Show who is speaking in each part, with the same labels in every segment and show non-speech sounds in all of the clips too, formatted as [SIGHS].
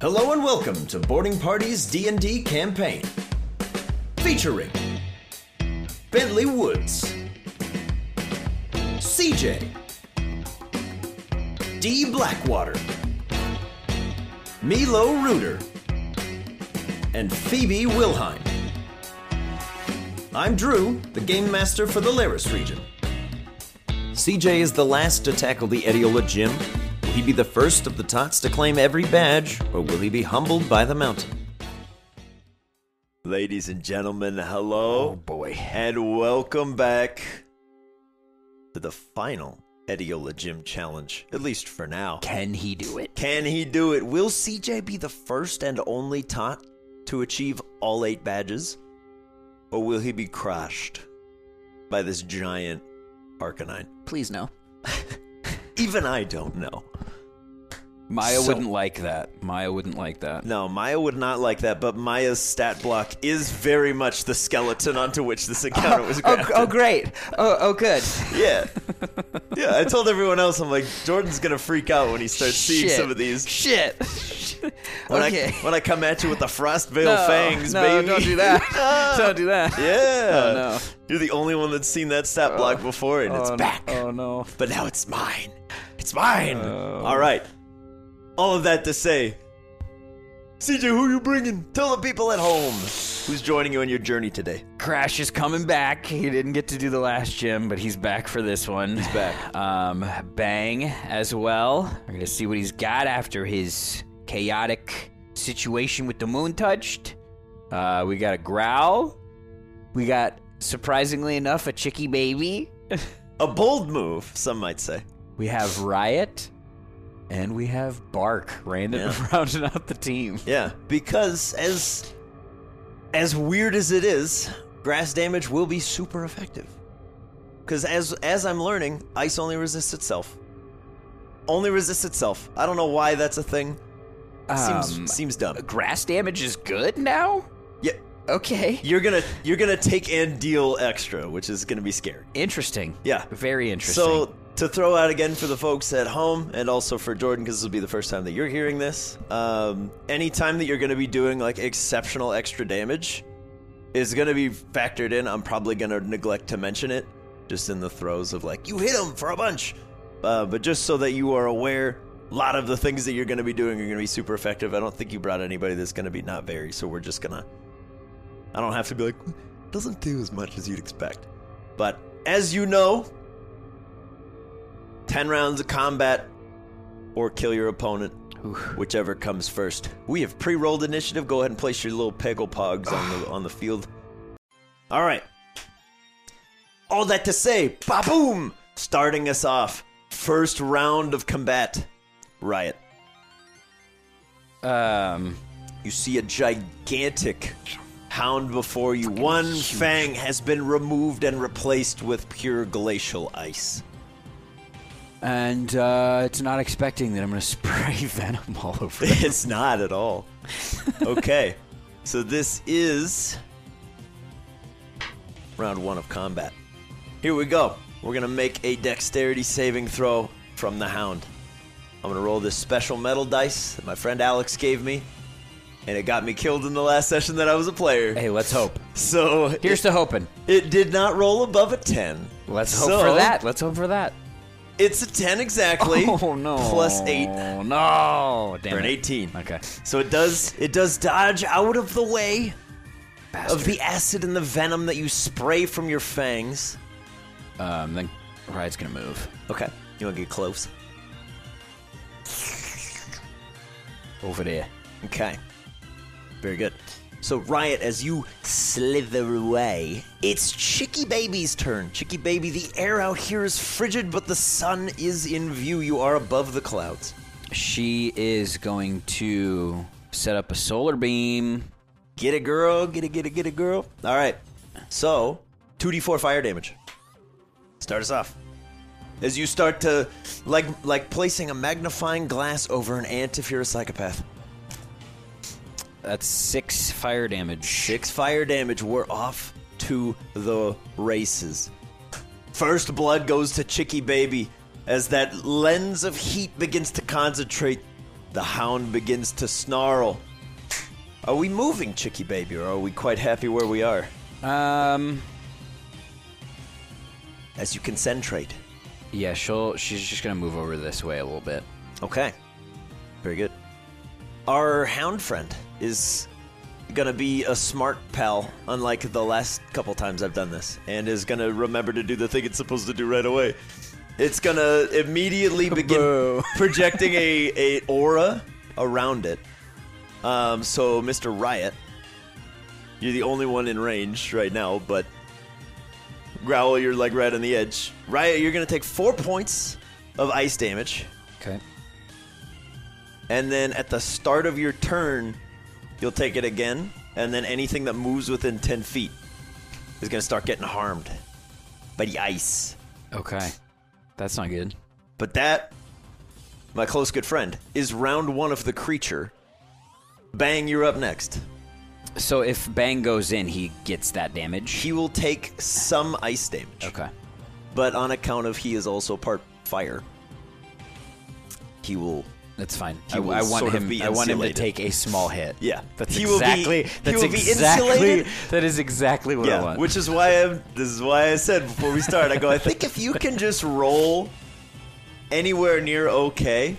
Speaker 1: Hello and welcome to Boarding Party's D&D campaign. Featuring Bentley Woods, CJ, D Blackwater, Milo Reuter, and Phoebe Wilhine. I'm Drew, the game master for the Laris region. CJ is the last to tackle the Ediola gym. Will he be the first of the Tots to claim every badge, or will he be humbled by the mountain? Ladies and gentlemen, hello.
Speaker 2: Oh, boy.
Speaker 1: And welcome back to the final Ediola Gym Challenge, at least for now.
Speaker 2: Can he do it?
Speaker 1: Can he do it? Will CJ be the first and only Tot to achieve all eight badges? Or will he be crushed by this giant Arcanine?
Speaker 3: Please no.
Speaker 1: Even I don't know.
Speaker 4: Maya
Speaker 1: So-
Speaker 4: wouldn't like that. Maya wouldn't like that.
Speaker 1: No, Maya would not like that, but Maya's stat block is very much the skeleton onto which this encounter was
Speaker 3: [LAUGHS] Oh,
Speaker 1: grafted.
Speaker 3: oh great. Oh, oh good.
Speaker 1: Yeah. Yeah, I told everyone else, I'm like, Jordan's going to freak out when he starts seeing
Speaker 3: Shit.
Speaker 1: some of these.
Speaker 3: Shit.
Speaker 1: When
Speaker 3: okay.
Speaker 1: I when I come at you with the frost veil
Speaker 3: No,
Speaker 1: fangs,
Speaker 3: no,
Speaker 1: baby.
Speaker 3: don't do that. don't do that.
Speaker 1: [LAUGHS] Yeah.
Speaker 3: Oh, no.
Speaker 1: You're the only one that's seen that stat block before, and it's
Speaker 4: Oh,
Speaker 1: back.
Speaker 4: Oh no.
Speaker 1: But now it's mine. It's mine. All right. All of that to say, CJ, who you bringing? Tell the people at home who's joining you on your journey today.
Speaker 4: Crash is coming back. He didn't get to do the last gym, but he's back for this one. He's
Speaker 1: back.
Speaker 4: Um, Bang as well. We're gonna see what he's got after his chaotic situation with the moon touched. Uh, we got a growl. We got surprisingly enough a chicky baby.
Speaker 1: A bold move, some might say.
Speaker 4: We have riot, and we have bark. Random
Speaker 1: Yeah.
Speaker 4: [LAUGHS] rounding out the team.
Speaker 1: Yeah, because as as weird as it is, grass damage will be super effective. Because as as I'm learning, ice only resists itself. Only resists itself. I don't know why that's a thing. Seems
Speaker 4: Um,
Speaker 1: seems dumb.
Speaker 4: grass damage is good now?
Speaker 1: Yeah,
Speaker 4: Okay.
Speaker 1: you're gonna you're gonna take and deal extra, which is gonna be scary.
Speaker 4: Interesting.
Speaker 1: Yeah.
Speaker 4: Very interesting.
Speaker 1: So to throw out again for the folks at home and also for Jordan, because this will be the first time that you're hearing this. Um, anytime that you're going to be doing like exceptional extra damage is going to be factored in. I'm probably going to neglect to mention it, just in the throes of like you hit him for a bunch. Uh, but just so that you are aware, a lot of the things that you're going to be doing are going to be super effective. I don't think you brought anybody that's going to be not very, so we're just gonna. I don't have to be like doesn't do as much as you'd expect. But as you know, 10 rounds of combat or kill your opponent, whichever comes first. We have pre rolled initiative. Go ahead and place your little peggle pogs on, the, on the field. All right. All that to say, ba boom! Starting us off, first round of combat. Riot.
Speaker 4: um,
Speaker 1: You see a gigantic hound before you. One fang has been removed and replaced with pure glacial ice.
Speaker 4: and uh, it's not expecting that I'm going to [LAUGHS] spray venom all over.
Speaker 1: [LAUGHS]
Speaker 4: it.
Speaker 1: It's not at all. Okay. so this is round one of combat. Here we go. We're going to make a dexterity saving throw from the hound. I'm going to roll this special metal dice that my friend Alex gave me, and it got me killed in the last session that I was a player.
Speaker 4: hey, let's hope.
Speaker 1: So
Speaker 4: Here's
Speaker 1: it,
Speaker 4: to hoping.
Speaker 1: it did not roll above a 10.
Speaker 4: Let's hope
Speaker 1: So-
Speaker 4: for that. Let's hope for that.
Speaker 1: It's a 10 exactly.
Speaker 4: [LAUGHS] Oh no.
Speaker 1: Plus 8
Speaker 4: Oh no. Damn
Speaker 1: for an
Speaker 4: it.
Speaker 1: 18.
Speaker 4: Okay.
Speaker 1: So it does it does dodge out of the way of the acid and the venom that you spray from your fangs.
Speaker 4: Um, then Ride's gonna move
Speaker 1: Okay. You want to get close?
Speaker 4: over there.
Speaker 1: Okay. Very good. So, Riot, as you slither away, it's Chicky Baby's turn. Chicky Baby, the air out here is frigid, but the sun is in view. You are above the clouds.
Speaker 4: She is going to set up a solar beam.
Speaker 1: Get it, girl. Get it, get it, get it, girl. All right. So, 2d4 fire damage. Start us off. As you start to, like, like placing a magnifying glass over an ant if you're a psychopath.
Speaker 4: That's six fire damage.
Speaker 1: Six fire damage. We're off to the races. First blood goes to Chicky Baby as that lens of heat begins to concentrate. The hound begins to snarl. Are we moving, Chicky Baby, or are we quite happy where we are?
Speaker 4: Um.
Speaker 1: As you concentrate.
Speaker 4: Yeah, she'll. She's just gonna move over this way a little bit.
Speaker 1: Okay. Very good. Our hound friend is gonna be a smart pal, unlike the last couple times I've done this, and is gonna remember to do the thing it's supposed to do right away. It's gonna immediately begin
Speaker 4: Boo.
Speaker 1: projecting a, a aura around it. Um, so, Mr. Riot, you're the only one in range right now, but Growl, you're like right on the edge. Riot, you're gonna take four points of ice damage.
Speaker 4: Okay.
Speaker 1: And then at the start of your turn, you'll take it again. And then anything that moves within 10 feet is going to start getting harmed by the ice.
Speaker 4: Okay. That's not good.
Speaker 1: But that, my close good friend, is round one of the creature. Bang, you're up next.
Speaker 4: So if Bang goes in, he gets that damage.
Speaker 1: He will take some ice damage.
Speaker 4: okay.
Speaker 1: But on account of he is also part fire, he will.
Speaker 4: That's fine.
Speaker 1: He
Speaker 4: I, I
Speaker 1: will
Speaker 4: want
Speaker 1: sort of
Speaker 4: him.
Speaker 1: be
Speaker 4: I want him to
Speaker 1: insulated.
Speaker 4: take a small hit.
Speaker 1: Yeah.
Speaker 4: That's
Speaker 1: He will be-
Speaker 4: exactly.
Speaker 1: he
Speaker 4: that's
Speaker 1: will be
Speaker 4: exactly.
Speaker 1: insulated.
Speaker 4: [LAUGHS] That is exactly what I
Speaker 1: Yeah,
Speaker 4: want.
Speaker 1: which is why I'm. This is why I said before we start. I go. I think if you can just roll anywhere near okay,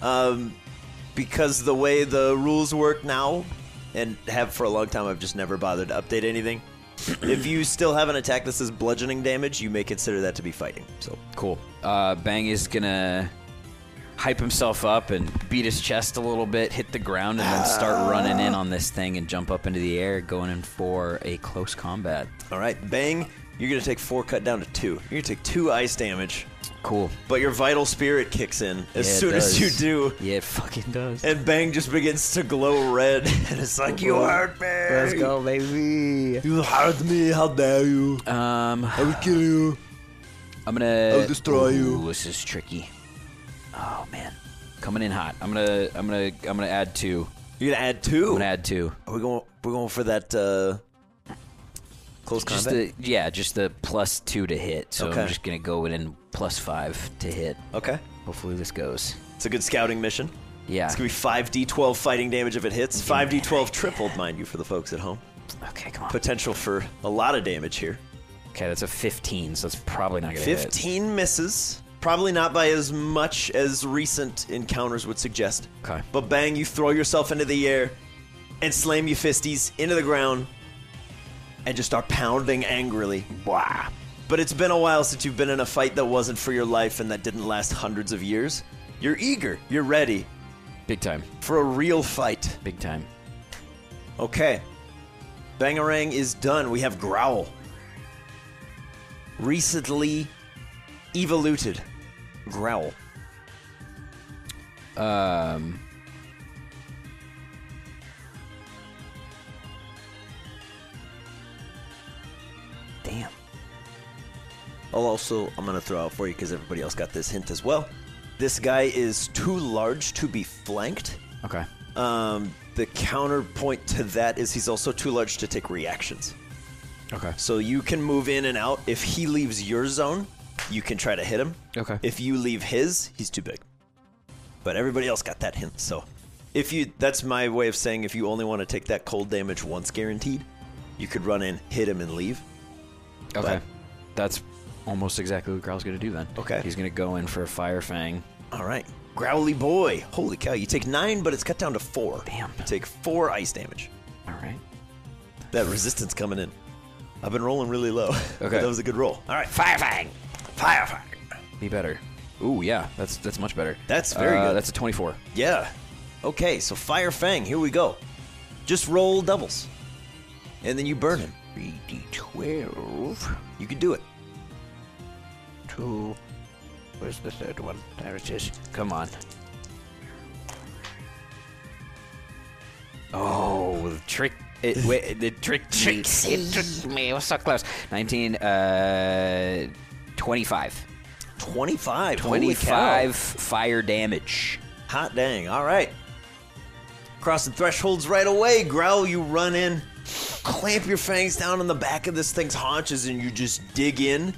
Speaker 1: um, because the way the rules work now, and have for a long time, I've just never bothered to update anything. if you still have an attack that says bludgeoning damage, you may consider that to be fighting. So
Speaker 4: Cool. Uh, Bang is gonna hype himself up and beat his chest a little bit, hit the ground, and then start running in on this thing and jump up into the air, going in for a close combat.
Speaker 1: all right, bang. You're gonna take four cut down to two. You're gonna take two ice damage,
Speaker 4: Cool.
Speaker 1: but your vital spirit kicks in as
Speaker 4: Yeah, it
Speaker 1: soon as
Speaker 4: does.
Speaker 1: you do.
Speaker 4: Yeah, it fucking does.
Speaker 1: And Bang just begins to glow red, [LAUGHS] and it's like, You hurt me! Let's go, baby! You hurt me, how dare you!
Speaker 4: Um,
Speaker 1: I will kill you!
Speaker 4: I'm gonna.
Speaker 1: I'll destroy you.
Speaker 4: Ooh, This is tricky. Oh man, coming in hot. I'm gonna. I'm gonna. I'm gonna add two.
Speaker 1: You're gonna add two?
Speaker 4: I'm gonna add two.
Speaker 1: Are we going, we're going for that, uh. Close
Speaker 4: Just
Speaker 1: combat?
Speaker 4: the yeah, just the plus two to hit. So
Speaker 1: Okay.
Speaker 4: I'm just gonna go in and plus five to hit.
Speaker 1: okay.
Speaker 4: Hopefully this goes.
Speaker 1: It's a good scouting mission.
Speaker 4: Yeah.
Speaker 1: It's gonna be 5d12 fighting damage if it hits. 5d12 tripled, mind you, for the folks at home.
Speaker 4: Okay, come on.
Speaker 1: Potential for a lot of damage here.
Speaker 4: Okay, that's a 15, so it's probably not gonna hit.
Speaker 1: 15 misses. Probably not by as much as recent encounters would suggest.
Speaker 4: Okay.
Speaker 1: But bang, you throw yourself into the air and slam your fisties into the ground and just start pounding angrily. Wow. But it's been a while since you've been in a fight that wasn't for your life and that didn't last hundreds of years. You're eager, you're ready
Speaker 4: Big time.
Speaker 1: for a real fight.
Speaker 4: Big time.
Speaker 1: Okay. Bangarang is done. We have Growl. Recently evoluted. Growl.
Speaker 4: Um Damn.
Speaker 1: I'll Oh, also, I'm going to throw out for you because everybody else got this hint as well. This guy is too large to be flanked.
Speaker 4: Okay.
Speaker 1: Um, the counterpoint to that is he's also too large to take reactions.
Speaker 4: Okay.
Speaker 1: So you can move in and out. If he leaves your zone, you can try to hit him.
Speaker 4: Okay.
Speaker 1: If you leave his, he's too big. But everybody else got that hint, so if you that's my way of saying if you only want to take that cold damage once guaranteed, you could run in, hit him and leave.
Speaker 4: Okay. That's almost exactly what Growl's going to do then.
Speaker 1: Okay.
Speaker 4: He's going to go in for a fire fang.
Speaker 1: All right. Growly boy. Holy cow. You take nine, but it's cut down to four.
Speaker 4: Damn.
Speaker 1: You take four ice damage.
Speaker 4: All right.
Speaker 1: That resistance coming in. I've been rolling really low. [LAUGHS]
Speaker 4: Okay.
Speaker 1: that was a good roll. All right.
Speaker 4: Fire fang.
Speaker 1: Fire, fire.
Speaker 4: Be better. Ooh, yeah. That's that's much better.
Speaker 1: That's very
Speaker 4: Uh,
Speaker 1: good.
Speaker 4: That's a 24.
Speaker 1: Yeah. Okay, so Fire Fang, here we go. Just roll doubles. And then you burn him.
Speaker 2: 3d12
Speaker 1: You can do it.
Speaker 2: to. Where's the third one? There it is.
Speaker 4: Come on. Oh, the trick. It, wait, the trick. [LAUGHS] trick it tricked me. It was so close. 19, uh, 25.
Speaker 1: 25. Holy cow.
Speaker 4: 25 fire damage.
Speaker 1: Hot dang. All right. Crossing thresholds right away. Growl, you run in. Clamp your fangs down on the back of this thing's haunches and you just dig in.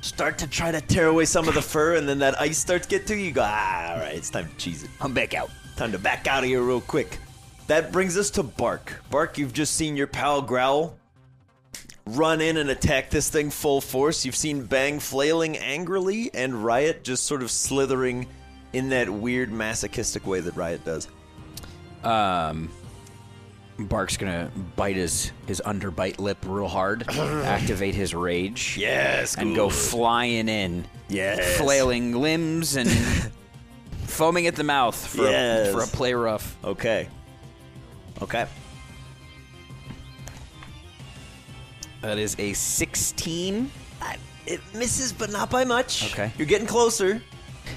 Speaker 1: Start to try to tear away some of the fur, and then that ice starts to get to you. You go, ah, all right, it's time to cheese it.
Speaker 4: I'm back out.
Speaker 1: Time to back out of here real quick. That brings us to Bark. Bark, you've just seen your pal Growl run in and attack this thing full force. You've seen Bang flailing angrily and Riot just sort of slithering in that weird masochistic way that Riot does.
Speaker 4: Bark's gonna bite his his underbite lip
Speaker 1: [CLEARS THROAT]
Speaker 4: real hard, activate his rage,
Speaker 1: Yes,
Speaker 4: and go flying in,
Speaker 1: Yes.
Speaker 4: flailing
Speaker 1: [LAUGHS]
Speaker 4: limbs and foaming at the mouth for
Speaker 1: Yes.
Speaker 4: a, for a play rough.
Speaker 1: Okay. Okay.
Speaker 4: That is a sixteen.
Speaker 1: I- It misses, but not by much.
Speaker 4: Okay.
Speaker 1: You're getting closer.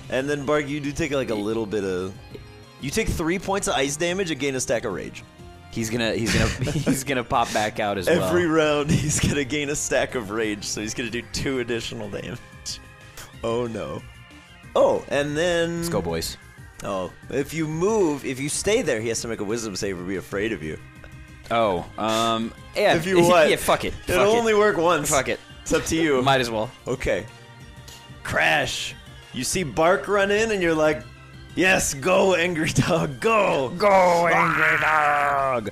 Speaker 1: And then, Bark, you do take like a little bit of. You take three points of ice damage and gain a stack of rage.
Speaker 4: He's gonna he's gonna [LAUGHS] he's gonna pop back out as
Speaker 1: Every
Speaker 4: well.
Speaker 1: round, [LAUGHS] he's gonna gain a stack of rage, so he's gonna do two additional damage. [LAUGHS] Oh no. Oh, and then
Speaker 4: Let's go, boys.
Speaker 1: Oh, if you move, if you stay there, he has to make a Wisdom save or be afraid of you.
Speaker 4: Oh, um, yeah.
Speaker 1: If you what?
Speaker 4: [LAUGHS] yeah, fuck it.
Speaker 1: It'll
Speaker 4: fuck
Speaker 1: only
Speaker 4: it.
Speaker 1: work once.
Speaker 4: Fuck it.
Speaker 1: It's up to you.
Speaker 4: [LAUGHS] Might as well.
Speaker 1: okay. Crash. You see Bark run in, and you're like, "Yes, go, angry [LAUGHS] dog, go,
Speaker 4: Go, angry dog.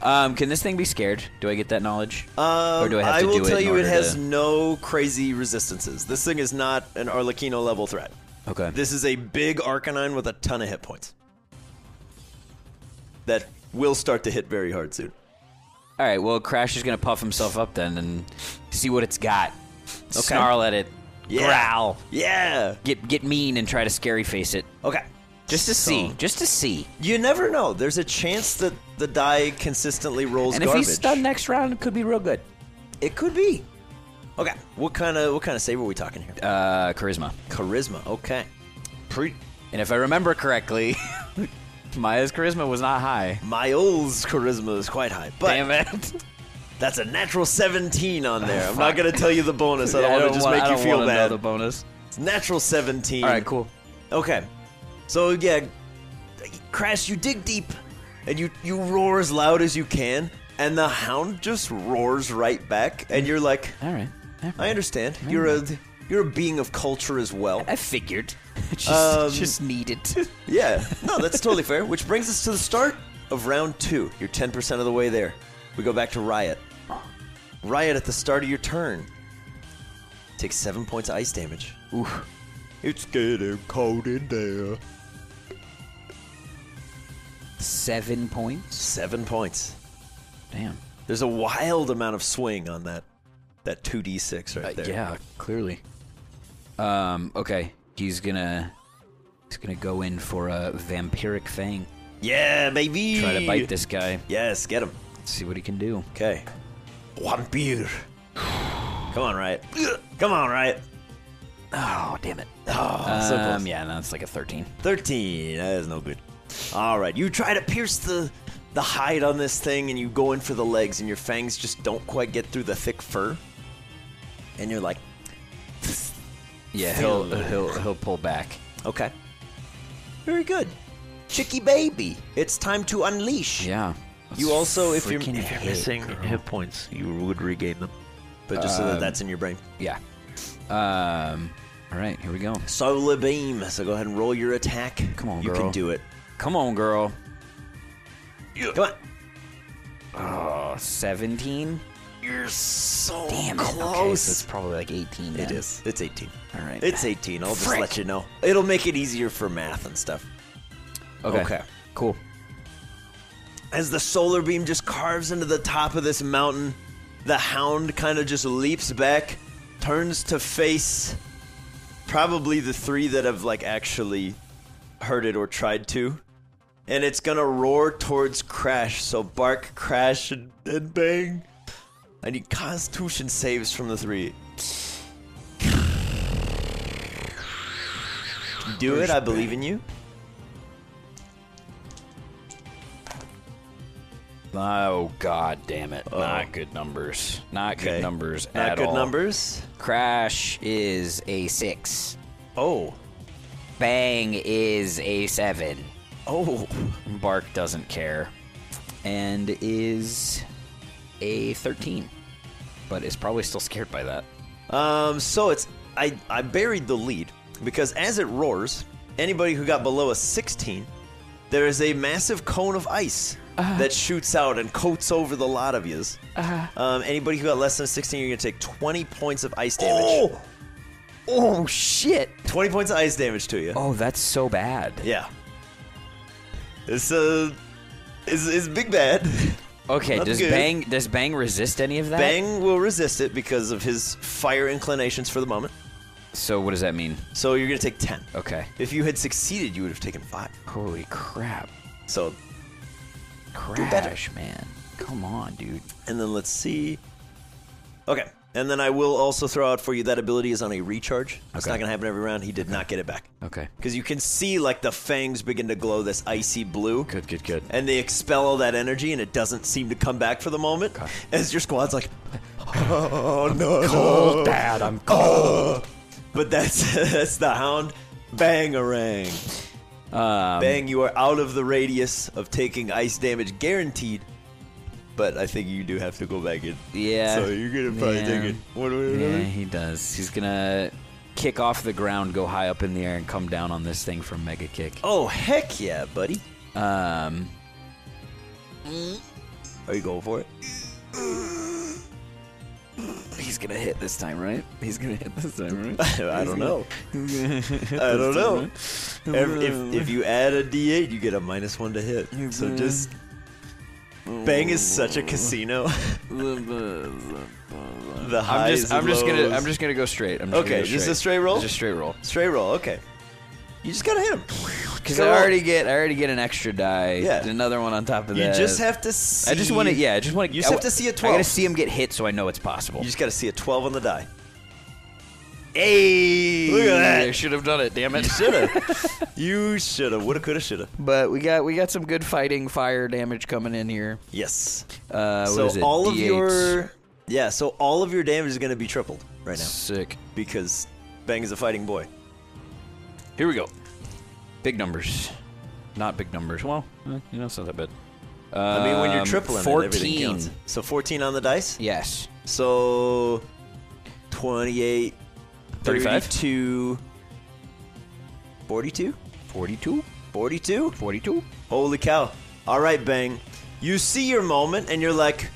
Speaker 4: Um, can this thing be scared? Do I get that knowledge?
Speaker 1: Um,
Speaker 4: or do I have to
Speaker 1: will
Speaker 4: do it?
Speaker 1: tell
Speaker 4: in
Speaker 1: you, it
Speaker 4: order
Speaker 1: has
Speaker 4: to-
Speaker 1: no crazy resistances. This thing is not an Arlecchino level threat.
Speaker 4: Okay.
Speaker 1: This is a big Arcanine with a ton of hit points that will start to hit very hard soon.
Speaker 4: All right. Well, Crash is gonna puff himself up then and see what it's got. Snarl at it.
Speaker 1: Yeah.
Speaker 4: Growl.
Speaker 1: Yeah.
Speaker 4: Get get mean and try to scary face it.
Speaker 1: Okay.
Speaker 4: Just to
Speaker 1: So-
Speaker 4: see. Just to see.
Speaker 1: You never know. There's a chance that the die consistently rolls
Speaker 4: And if
Speaker 1: garbage.
Speaker 4: he's stunned next round, it could be real good.
Speaker 1: it could be. Okay. What kind of what kind of save are we talking here?
Speaker 4: Uh, charisma.
Speaker 1: Charisma. Okay. Pre-
Speaker 4: And if I remember correctly, [LAUGHS] Maya's charisma was not high.
Speaker 1: Miles' charisma is quite high, but
Speaker 4: Damn [LAUGHS] it. Oh,
Speaker 1: That's a natural 17 on there. I'm not going to tell you the bonus. I don't
Speaker 4: [LAUGHS] Yeah,
Speaker 1: want to just
Speaker 4: wanna-
Speaker 1: make
Speaker 4: I
Speaker 1: you
Speaker 4: don't
Speaker 1: feel
Speaker 4: wanna
Speaker 1: bad.
Speaker 4: Know the bonus.
Speaker 1: It's natural 17.
Speaker 4: All right, cool.
Speaker 1: Okay. So, yeah, Crash, you dig deep and you, you roar as loud as you can, and the hound just roars right back, and you're like,
Speaker 4: All right. All right.
Speaker 1: I understand. You're a, you're a being of culture as well.
Speaker 4: I figured. [LAUGHS] just,
Speaker 1: Um,
Speaker 4: just need [LAUGHS] it.
Speaker 1: Yeah, no, that's totally fair. Which brings us to the start of round two. You're 10% of the way there. We go back to Riot. Riot at the start of your turn takes seven points of ice damage. Ooh. It's getting cold in there.
Speaker 4: Seven points.
Speaker 1: Seven points.
Speaker 4: Damn.
Speaker 1: There's a wild amount of swing on that that 2d6 right there.
Speaker 4: Uh, Yeah, clearly. Um. Okay. He's gonna. He's gonna go in for a vampiric fang.
Speaker 1: Yeah, baby.
Speaker 4: Try to bite this guy.
Speaker 1: Yes, get him.
Speaker 4: See what he can do.
Speaker 1: Okay. Vampire. Come on, Riot. Come on, Riot.
Speaker 4: Oh, damn it.
Speaker 1: Oh, so close.
Speaker 4: Um. Yeah. No, it's like a thirteen.
Speaker 1: 13. That is no good. All right. You try to pierce the the hide on this thing and you go in for the legs and your fangs just don't quite get through the thick fur. And you're like,
Speaker 4: Yeah. He'll he'll he'll pull back.
Speaker 1: "Okay. Very good. Chicky baby. It's time to unleash."
Speaker 4: Yeah.
Speaker 1: You also if you're,
Speaker 4: Freaking
Speaker 1: if you're
Speaker 4: hit,
Speaker 1: missing hit points, you would regain them. Um, But just so that that's in your brain.
Speaker 4: Yeah. Um. All right. Here we go.
Speaker 1: Solar beam. So go ahead and roll your attack.
Speaker 4: Come on,
Speaker 1: You can
Speaker 4: girl.
Speaker 1: do it.
Speaker 4: Come on, girl.
Speaker 1: Come on.
Speaker 4: Seventeen.
Speaker 1: You're so
Speaker 4: Damn it. Okay,
Speaker 1: close.
Speaker 4: so it's probably like 18.
Speaker 1: It
Speaker 4: then.
Speaker 1: is. It's 18.
Speaker 4: All right.
Speaker 1: It's 18. I'll just
Speaker 4: Frick.
Speaker 1: let you know. It'll make it easier for math and stuff.
Speaker 4: okay.
Speaker 1: okay.
Speaker 4: Cool.
Speaker 1: As the solar beam just carves into the top of this mountain, the hound kind of just leaps back, turns to face probably the three that have like actually heard it or tried to. And it's gonna roar towards Crash, so bark, crash, and, and bang. I need constitution saves from the three. Do it, I believe in you.
Speaker 4: Oh God, damn it! Not good numbers. Not
Speaker 1: Oh. Okay.
Speaker 4: good numbers
Speaker 1: Not
Speaker 4: at
Speaker 1: good
Speaker 4: all.
Speaker 1: numbers.
Speaker 4: Crash is a six.
Speaker 1: Oh.
Speaker 4: Bang is a seven.
Speaker 1: Oh.
Speaker 4: Bark doesn't care, and is a thirteen, but is probably still scared by that.
Speaker 1: Um, so it's I I buried the lead because as it roars, anybody who got below a 16, there is a massive cone of ice
Speaker 4: Uh-huh.
Speaker 1: that shoots out and coats over the lot of yous.
Speaker 4: Uh-huh.
Speaker 1: Um, anybody who got less than 16, you're gonna take 20 points of ice damage.
Speaker 4: Oh shit!
Speaker 1: 20 points of ice damage to you.
Speaker 4: Oh, that's so bad.
Speaker 1: Yeah. It's uh, it's, it's big bad.
Speaker 4: Okay,
Speaker 1: Not
Speaker 4: does
Speaker 1: good.
Speaker 4: Bang does Bang resist any of that?
Speaker 1: Bang will resist it because of his fire inclinations for the moment.
Speaker 4: So what does that mean?
Speaker 1: So you're gonna take 10.
Speaker 4: Okay.
Speaker 1: If you had succeeded, you would have taken five.
Speaker 4: Holy crap!
Speaker 1: So better.
Speaker 4: Crash, man. Come on, dude.
Speaker 1: And then let's see. Okay. And then I will also throw out for you that ability is on a recharge. It's
Speaker 4: Okay.
Speaker 1: not going to happen every round. He did not get it back.
Speaker 4: Okay.
Speaker 1: Because you can see, like, the fangs begin to glow this icy blue.
Speaker 4: Good, good, good.
Speaker 1: And they expel all that energy, and it doesn't seem to come back for the moment. As your squad's like, oh, no. Cold, no. Dad, I'm cold. But that's, [LAUGHS] that's the hound. Bang orang.
Speaker 4: Um,
Speaker 1: Bang, you are out of the radius of taking ice damage guaranteed. But I think you do have to go back in.
Speaker 4: Yeah.
Speaker 1: So you're gonna probably
Speaker 4: Yeah.
Speaker 1: take it one way or
Speaker 4: Yeah,
Speaker 1: another.
Speaker 4: he does. He's gonna kick off the ground, go high up in the air, and come down on this thing for a mega kick.
Speaker 1: Oh heck yeah, buddy.
Speaker 4: Um,
Speaker 1: Are you going for it?
Speaker 4: he's gonna hit this time, right? He's gonna hit this time, right?
Speaker 1: [LAUGHS] I don't
Speaker 4: [LAUGHS]
Speaker 1: know. I don't know. Every- if,
Speaker 4: [LAUGHS]
Speaker 1: if you add a D8, you get a minus one to hit. So just Bang is such
Speaker 4: Oh.
Speaker 1: a casino. [LAUGHS] the
Speaker 4: [LAUGHS] I'm
Speaker 1: highs.
Speaker 4: just, I'm
Speaker 1: and
Speaker 4: just gonna,
Speaker 1: lows.
Speaker 4: I'm just gonna go straight. I'm just
Speaker 1: Okay,
Speaker 4: gonna go
Speaker 1: just a straight roll?
Speaker 4: Just straight roll.
Speaker 1: straight roll. Okay. You just gotta hit him.
Speaker 4: Because
Speaker 1: Go
Speaker 4: I
Speaker 1: on.
Speaker 4: already get, I already get an extra die.
Speaker 1: Yeah.
Speaker 4: Another one on top of
Speaker 1: You
Speaker 4: that.
Speaker 1: just have to. See,
Speaker 4: I just want to, yeah. I just want to.
Speaker 1: You just have to see a
Speaker 4: I
Speaker 1: twelve.
Speaker 4: gotta see him get hit, so I know it's possible.
Speaker 1: You just got to see a 12 on the die.
Speaker 4: Hey,
Speaker 1: Look at that.
Speaker 4: I should have done it.
Speaker 1: [LAUGHS]
Speaker 4: Damn it. [LAUGHS]
Speaker 1: You should have, would have, could have, should have.
Speaker 4: But we got we got some good fighting fire damage coming in here.
Speaker 1: Yes.
Speaker 4: Uh, what
Speaker 1: so
Speaker 4: is it?
Speaker 1: all of
Speaker 4: D8s.
Speaker 1: your yeah, so all of your damage is going to be tripled right now
Speaker 4: sick.
Speaker 1: because Bang is a fighting boy.
Speaker 4: Here we go. Big numbers, not big numbers. Well, eh, you know it's not that bad.
Speaker 1: I mean, when you're
Speaker 4: Um,
Speaker 1: tripling, it, everything
Speaker 4: 14.
Speaker 1: counts. So 14 on the dice.
Speaker 4: Yes.
Speaker 1: So 28,
Speaker 4: 35?
Speaker 1: 32, 42,
Speaker 4: 42?
Speaker 1: 42.
Speaker 4: 42?
Speaker 1: Holy cow. All right, Bang. You see your moment and you're like,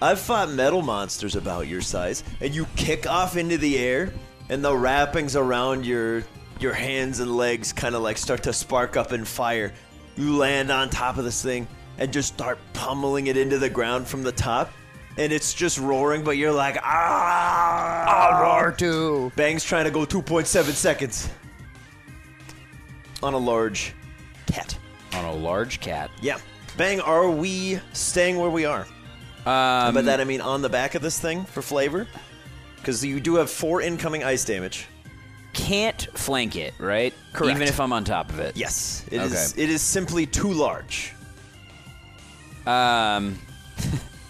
Speaker 1: I've fought metal monsters about your size. And you kick off into the air, and the wrappings around your your hands and legs kind of like start to spark up in fire. You land on top of this thing and just start pummeling it into the ground from the top. And it's just roaring, but you're like, ah! I'll roar too. Bang's trying to go 2.7 seconds on a large cat.
Speaker 4: On a large cat.
Speaker 1: Yeah. Bang, are we staying where we are?
Speaker 4: Um,
Speaker 1: By that I mean on the back of this thing for flavor. Because you do have four incoming ice damage.
Speaker 4: can't flank it, right?
Speaker 1: Correct.
Speaker 4: Even if I'm on top of it.
Speaker 1: Yes. it is.
Speaker 4: Okay.
Speaker 1: it is simply too large.
Speaker 4: Um,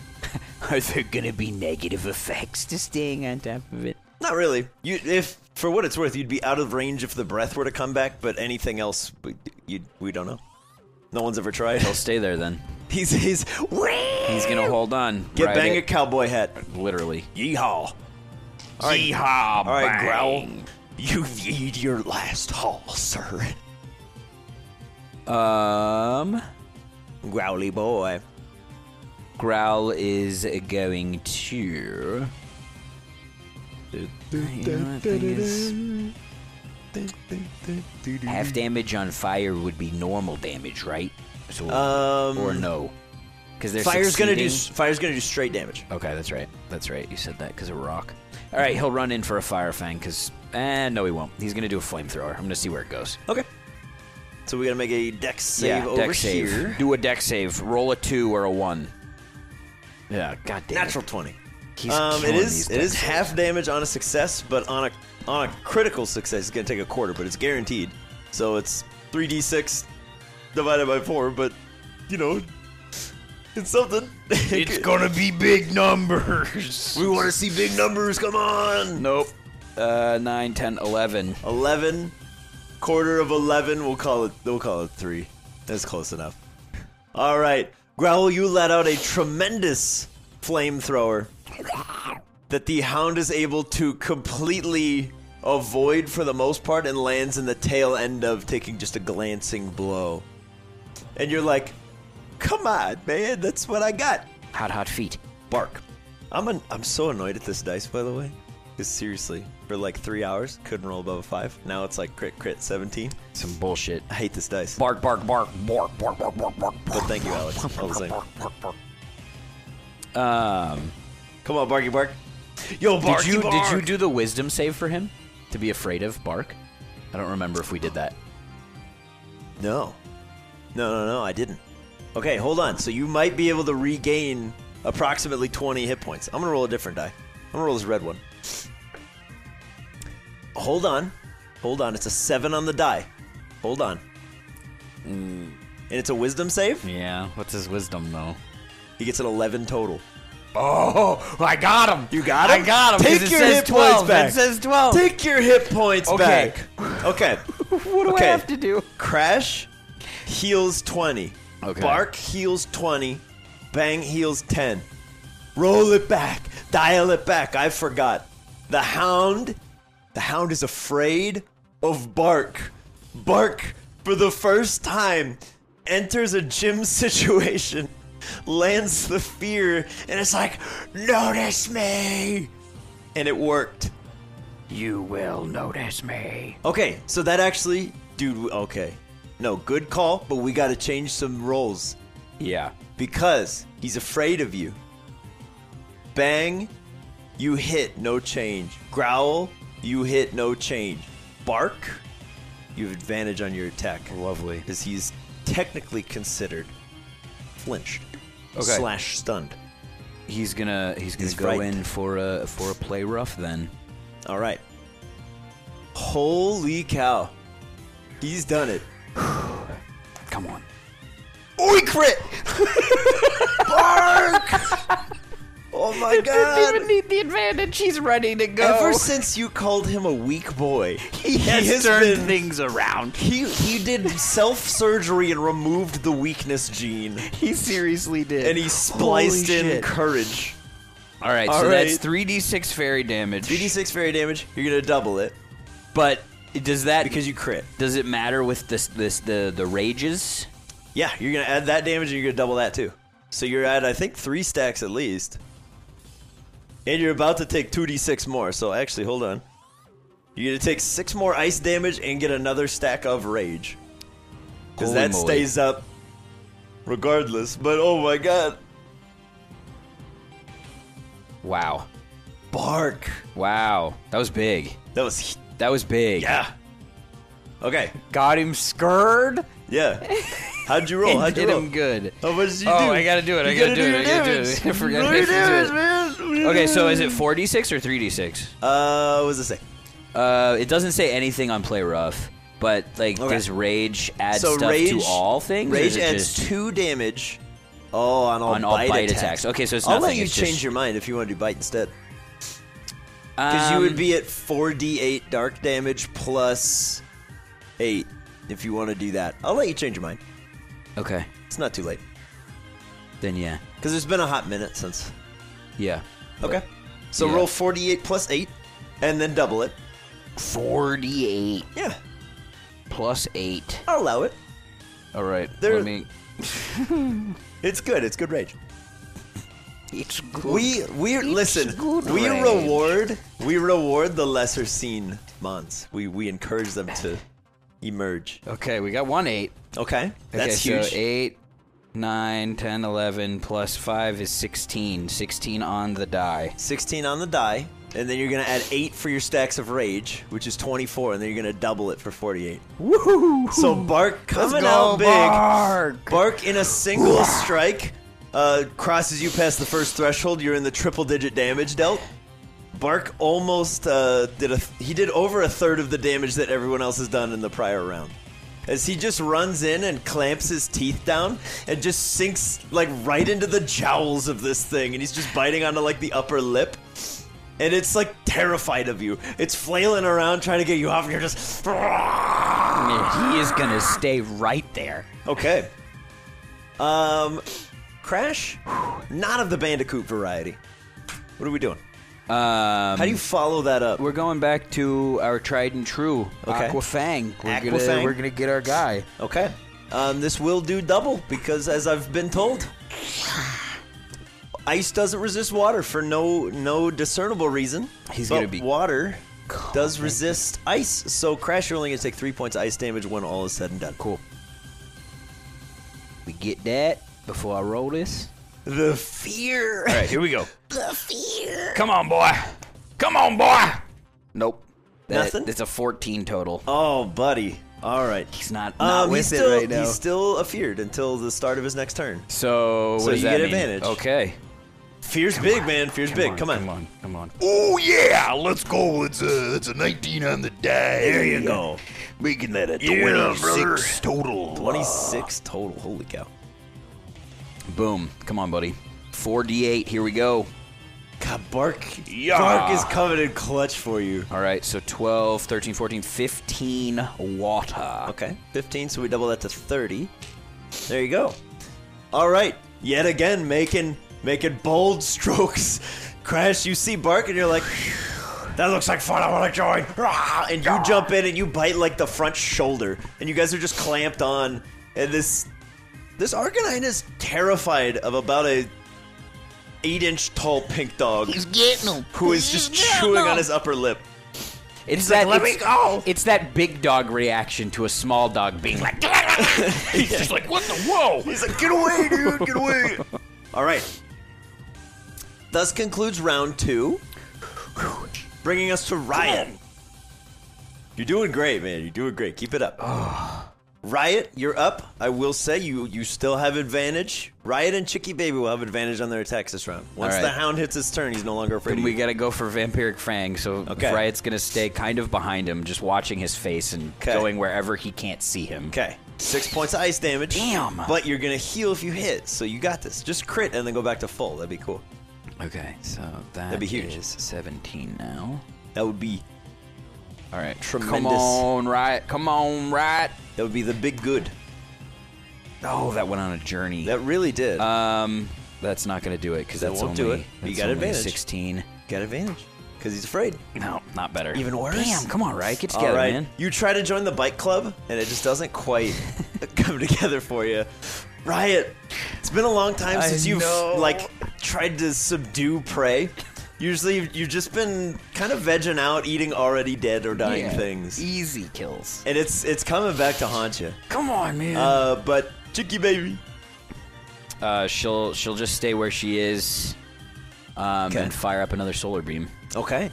Speaker 4: [LAUGHS] are there gonna be negative effects to staying on top of it?
Speaker 1: Not really. You if for what it's worth, you'd be out of range if the breath were to come back, but anything else we, you, we don't know. No one's ever tried.
Speaker 4: He'll stay there then.
Speaker 1: [LAUGHS] he's he's
Speaker 4: He's gonna hold on.
Speaker 1: Get
Speaker 4: ride
Speaker 1: bang a
Speaker 4: it,
Speaker 1: cowboy hat.
Speaker 4: literally.
Speaker 1: Yeehaw. All right. All right, growl. You've yeed your last haul, sir.
Speaker 4: Um,
Speaker 1: Growly boy.
Speaker 4: Growl is going to. You know, I think it's- Half damage on fire would be normal damage, right? So,
Speaker 1: Um,
Speaker 4: or no? Because they're
Speaker 1: Fire's gonna do
Speaker 4: succeeding.
Speaker 1: fire's gonna do straight damage.
Speaker 4: Okay, that's right. That's right. You said that because of rock. All right, he'll run in for a fire fang. Because eh, no, he won't. He's gonna do a flamethrower. I'm gonna see where it goes.
Speaker 1: Okay. So we gotta make a dex save
Speaker 4: yeah,
Speaker 1: over
Speaker 4: deck save.
Speaker 1: here.
Speaker 4: Do a deck save. Roll a two or a one. Yeah, god damn.
Speaker 1: Natural twenty.
Speaker 4: It. He's
Speaker 1: Um, it
Speaker 4: killing
Speaker 1: is
Speaker 4: these
Speaker 1: it is
Speaker 4: dex
Speaker 1: half damage on a success, but on a on a critical success, it's gonna take a quarter, but it's guaranteed. So it's three d six divided by four, but you know, it's something. [LAUGHS] It's gonna be big numbers. we want to see big numbers. Come on.
Speaker 4: Nope. Uh, 9, 10, 11.
Speaker 1: Eleven, quarter of eleven. We'll call it. We'll call it three. That's close enough. All right, Growl, you let out a tremendous flamethrower that the hound is able to completely avoid for the most part and lands in the tail end of taking just a glancing blow. And you're like, "Come on, man, that's what I got."
Speaker 4: Hot, hot feet.
Speaker 1: Bark. I'm an, I'm so annoyed at this dice, by the way. Because seriously, for like three hours, couldn't roll above a five. Now it's like crit, crit, 17.
Speaker 4: Some bullshit.
Speaker 1: I hate this dice.
Speaker 4: Bark, bark, bark, bark, bark, bark, bark, bark.
Speaker 1: But thank you, Alex. All the same.
Speaker 4: Um,
Speaker 1: Come on, Barky Bark. Yo, Barky
Speaker 4: did you
Speaker 1: Bark.
Speaker 4: did you do the wisdom save for him to be afraid of bark? I don't remember if we did that.
Speaker 1: No. No, no, no, I didn't. Okay, hold on. So you might be able to regain approximately 20 hit points. I'm going to roll a different die. I'm going to roll this red one. Hold on. Hold on. It's a 7 on the die. Hold on. Mm. And it's a wisdom save?
Speaker 4: Yeah. What's his wisdom though?
Speaker 1: He gets an 11 total.
Speaker 4: Oh, I got him.
Speaker 1: You got him?
Speaker 4: I got him. 'cause
Speaker 1: Take
Speaker 4: it
Speaker 1: your
Speaker 4: says
Speaker 1: hit points
Speaker 4: 12.
Speaker 1: back.
Speaker 4: It says twelve.
Speaker 1: Take your hit points
Speaker 4: Oh. Okay.
Speaker 1: back. Okay.
Speaker 4: [LAUGHS] what do
Speaker 1: okay.
Speaker 4: I have to do?
Speaker 1: Crash heals 20.
Speaker 4: Okay.
Speaker 1: Bark heals 20. Bang heals 10. Roll it back. Dial it back. I forgot. The hound. The hound is afraid of Bark. Bark, for the first time, enters a gym [LAUGHS] situation, lands the fear, and it's like, Notice me! And it worked.
Speaker 2: You will notice me.
Speaker 1: Okay, so that actually, dude. Okay, no, good call, but we got to change some roles
Speaker 4: Yeah.
Speaker 1: because he's afraid of you. Bang, you hit, no change. Growl, you hit, no change. Bark, you have advantage on your attack
Speaker 4: Lovely.
Speaker 1: because he's technically considered flinched
Speaker 4: Okay.
Speaker 1: slash stunned.
Speaker 4: He's gonna he's gonna
Speaker 1: He's
Speaker 4: go
Speaker 1: right.
Speaker 4: in for a for a play rough then.
Speaker 1: All right. Holy cow, he's done it.
Speaker 4: Come on.
Speaker 1: Oi crit! Bark! Oh my god!
Speaker 4: need the advantage. He's ready to go.
Speaker 1: Ever since you called him a weak boy, [LAUGHS] he has been-
Speaker 4: things around.
Speaker 1: He he did self surgery and removed the weakness gene,
Speaker 4: [LAUGHS] He seriously did.
Speaker 1: and he spliced
Speaker 4: Holy
Speaker 1: in
Speaker 4: shit.
Speaker 1: courage.
Speaker 4: All right,
Speaker 1: All
Speaker 4: so that's
Speaker 1: right.
Speaker 4: 3d6 fairy damage.
Speaker 1: 3d6 fairy damage. You're gonna double it
Speaker 4: But does that
Speaker 1: because you crit.
Speaker 4: does it matter with this this the the rages?
Speaker 1: Yeah, you're gonna add that damage, and you're gonna double that too. So you're at I think three stacks at least, and you're about to take two d6 more. So actually, hold on, you're gonna take six more ice damage and get another stack of rage because
Speaker 4: Holy
Speaker 1: that
Speaker 4: moly.
Speaker 1: stays up regardless. But oh my god,
Speaker 4: Wow.
Speaker 1: bark!
Speaker 4: Wow. That was big.
Speaker 1: That was
Speaker 4: That was big.
Speaker 1: yeah. Okay,
Speaker 4: Got him scared. [LAUGHS]
Speaker 1: yeah. How'd you roll? How'd you
Speaker 4: Did
Speaker 1: roll?
Speaker 4: him good.
Speaker 1: How much did you
Speaker 4: oh,
Speaker 1: do?
Speaker 4: I gotta do it. I
Speaker 1: You
Speaker 4: gotta, do,
Speaker 1: your
Speaker 4: it. I gotta do
Speaker 1: damage.
Speaker 4: it. [LAUGHS] I forgot.
Speaker 1: Do
Speaker 4: I
Speaker 1: your
Speaker 4: have to do
Speaker 1: damage,
Speaker 4: it.
Speaker 1: man.
Speaker 4: Okay, so is it 4d6 or 3d6?
Speaker 1: Uh, what does it say?
Speaker 4: Uh, it doesn't say anything on play rough, but like
Speaker 1: Okay.
Speaker 4: does rage add
Speaker 1: so
Speaker 4: stuff
Speaker 1: rage,
Speaker 4: to all things? or
Speaker 1: Rage
Speaker 4: is it
Speaker 1: adds
Speaker 4: just-
Speaker 1: two damage. Oh, on all
Speaker 4: On
Speaker 1: bite,
Speaker 4: all bite
Speaker 1: attacks.
Speaker 4: attacks. Okay, so it's
Speaker 1: I'll let
Speaker 4: nothing,
Speaker 1: you
Speaker 4: it's
Speaker 1: change
Speaker 4: just-
Speaker 1: your mind if you want to do bite instead, because you would
Speaker 4: Um,
Speaker 1: be at four d eight dark damage plus eight if you want to do that. I'll let you change your mind.
Speaker 4: okay.
Speaker 1: It's not too late
Speaker 4: Then yeah,
Speaker 1: because it's been a hot minute since.
Speaker 4: yeah.
Speaker 1: Okay, so
Speaker 4: Yeah.
Speaker 1: roll forty eight plus eight, and then double it.
Speaker 4: Forty-eight
Speaker 1: Yeah,
Speaker 4: plus eight.
Speaker 1: I'll allow it.
Speaker 4: All right.
Speaker 1: There-
Speaker 4: Let me.
Speaker 1: It's good. It's good rage.
Speaker 2: It's good.
Speaker 1: We we listen.
Speaker 2: good
Speaker 1: we
Speaker 2: range.
Speaker 1: reward we reward the lesser seen mons. We we encourage them to emerge.
Speaker 4: Okay, we got one eight.
Speaker 1: Okay,
Speaker 4: Okay,
Speaker 1: that's
Speaker 4: so
Speaker 1: huge.
Speaker 4: eight, nine, 10, 11, plus five is 16. 16 on the die.
Speaker 1: Sixteen on the die, and then you're gonna add eight for your stacks of rage, which is twenty-four, and then you're gonna double it for forty-eight. Woohoo! So Bark coming out big. Bark. in a single strike uh, crosses you past the first threshold. You're in the triple-digit damage dealt. Bark almost uh, did a. He did over a third of the damage that everyone else has done in the prior round. As he just runs in and clamps his teeth down and just sinks like right into the jowls of this thing, and he's just biting onto like the upper lip. And it's like terrified of you. It's flailing around trying to get you off, and you're just. [LAUGHS]
Speaker 4: I mean, he is gonna stay right there.
Speaker 1: Okay. Um, Crash, not of the Bandicoot variety. What are we doing?
Speaker 4: Um,
Speaker 1: How do you follow that up?
Speaker 4: We're going back to our tried and true
Speaker 1: Okay.
Speaker 4: Aquafang. We're
Speaker 1: Aqua
Speaker 4: gonna
Speaker 1: Fang.
Speaker 4: we're gonna get our guy.
Speaker 1: Okay. Um, this will do double because, as I've been told, ice doesn't resist water for no no discernible reason.
Speaker 4: He's
Speaker 1: but
Speaker 4: gonna be-
Speaker 1: water does resist ice. So Crash, you're only gonna take three points of ice damage when all is said and done.
Speaker 4: Cool. We get that before I roll this.
Speaker 1: The fear.
Speaker 4: All right, here we go. the fear. Come on, boy. Come on, boy. Nope. That-
Speaker 1: Nothing?
Speaker 4: It's a 14 total.
Speaker 1: Oh, buddy. All right.
Speaker 4: He's not, not
Speaker 1: um,
Speaker 4: with
Speaker 1: he's still,
Speaker 4: it right now.
Speaker 1: He's still afeared until the start of his next turn.
Speaker 4: So what
Speaker 1: So
Speaker 4: does
Speaker 1: you get
Speaker 4: that mean?
Speaker 1: advantage.
Speaker 4: Okay.
Speaker 1: Fear's big, man. Fear's big. come on.
Speaker 4: Come on. Come on.
Speaker 5: Oh yeah, let's go. It's a it's a 19 on the die. There you go. Making that a 26 total.
Speaker 1: 26 total. Holy cow.
Speaker 4: Boom. Come on, buddy. 4d8. Here we go.
Speaker 1: God, Bark. Bark is coming in clutch for you.
Speaker 4: All right. So 12, 13, 14, 15 water.
Speaker 1: Okay, 15, so we double that to 30. There you go. All right, yet again, making making bold [LAUGHS] strokes. Crash, you see Bark, and you're like, that looks like fun, I want to join. Rah! And you jump in and you bite like the front shoulder, and you guys are just clamped on. And this this Arcanine is terrified of about a eight inch tall pink dog
Speaker 5: He's getting them.
Speaker 1: who is just chewing on his upper lip.
Speaker 4: It's that.
Speaker 5: "Let me
Speaker 4: it's-
Speaker 5: go."
Speaker 4: [LAUGHS] It's that big dog reaction to a small dog being like,
Speaker 5: He's just like, what the whoa?
Speaker 1: He's like, get away, dude, get away. [LAUGHS] All right. Thus concludes round two, bringing us to Riot. You're doing great, man. You're doing great. Keep it up. [SIGHS] Riot, you're up. I will say you you still have advantage. Riot and Chicky Baby will have advantage on their attacks this round. Once
Speaker 4: right.
Speaker 1: the hound hits his turn, he's no longer afraid.
Speaker 4: And
Speaker 1: Of
Speaker 4: we
Speaker 1: you.
Speaker 4: gotta go for vampiric fang, so
Speaker 1: Okay.
Speaker 4: Riot's gonna stay kind of behind him, just watching his face and
Speaker 1: Okay.
Speaker 4: going wherever he can't see him.
Speaker 1: Okay, six points of ice damage.
Speaker 4: Damn.
Speaker 1: But you're gonna heal if you hit, so you got this. Just crit and then go back to full. That'd be cool.
Speaker 4: Okay, so that
Speaker 1: That'd be huge.
Speaker 4: is 17 now.
Speaker 1: That would be
Speaker 4: All right, Come
Speaker 1: Tremendous.
Speaker 4: on, Riot. Come on, Riot.
Speaker 1: that would be the big good.
Speaker 4: Oh, that went on a journey.
Speaker 1: That really did.
Speaker 4: um, that's not gonna do it because
Speaker 1: That
Speaker 4: that's
Speaker 1: won't
Speaker 4: only,
Speaker 1: do it. You
Speaker 4: that's
Speaker 1: got
Speaker 4: only
Speaker 1: advantage.
Speaker 4: 16.
Speaker 1: Got advantage because he's afraid.
Speaker 4: No, not better.
Speaker 1: Even worse.
Speaker 4: Damn, come on, Riot. Get
Speaker 1: All
Speaker 4: together,
Speaker 1: right,
Speaker 4: man.
Speaker 1: you try to join the bike club, and it just doesn't
Speaker 4: [LAUGHS]
Speaker 1: quite come together for you. Riot, it's been a long time
Speaker 4: I
Speaker 1: since you've
Speaker 4: know.
Speaker 1: like tried to subdue prey. Usually, you've, you've just been kind of vegging out, eating already dead or dying
Speaker 4: Yeah.
Speaker 1: things,
Speaker 4: Easy kills.
Speaker 1: and it's it's coming back to haunt you.
Speaker 4: Come on, man.
Speaker 1: Uh, but Chicky baby,
Speaker 4: Uh, she'll she'll just stay where she is, um,
Speaker 1: Okay.
Speaker 4: and fire up another solar beam.
Speaker 1: okay,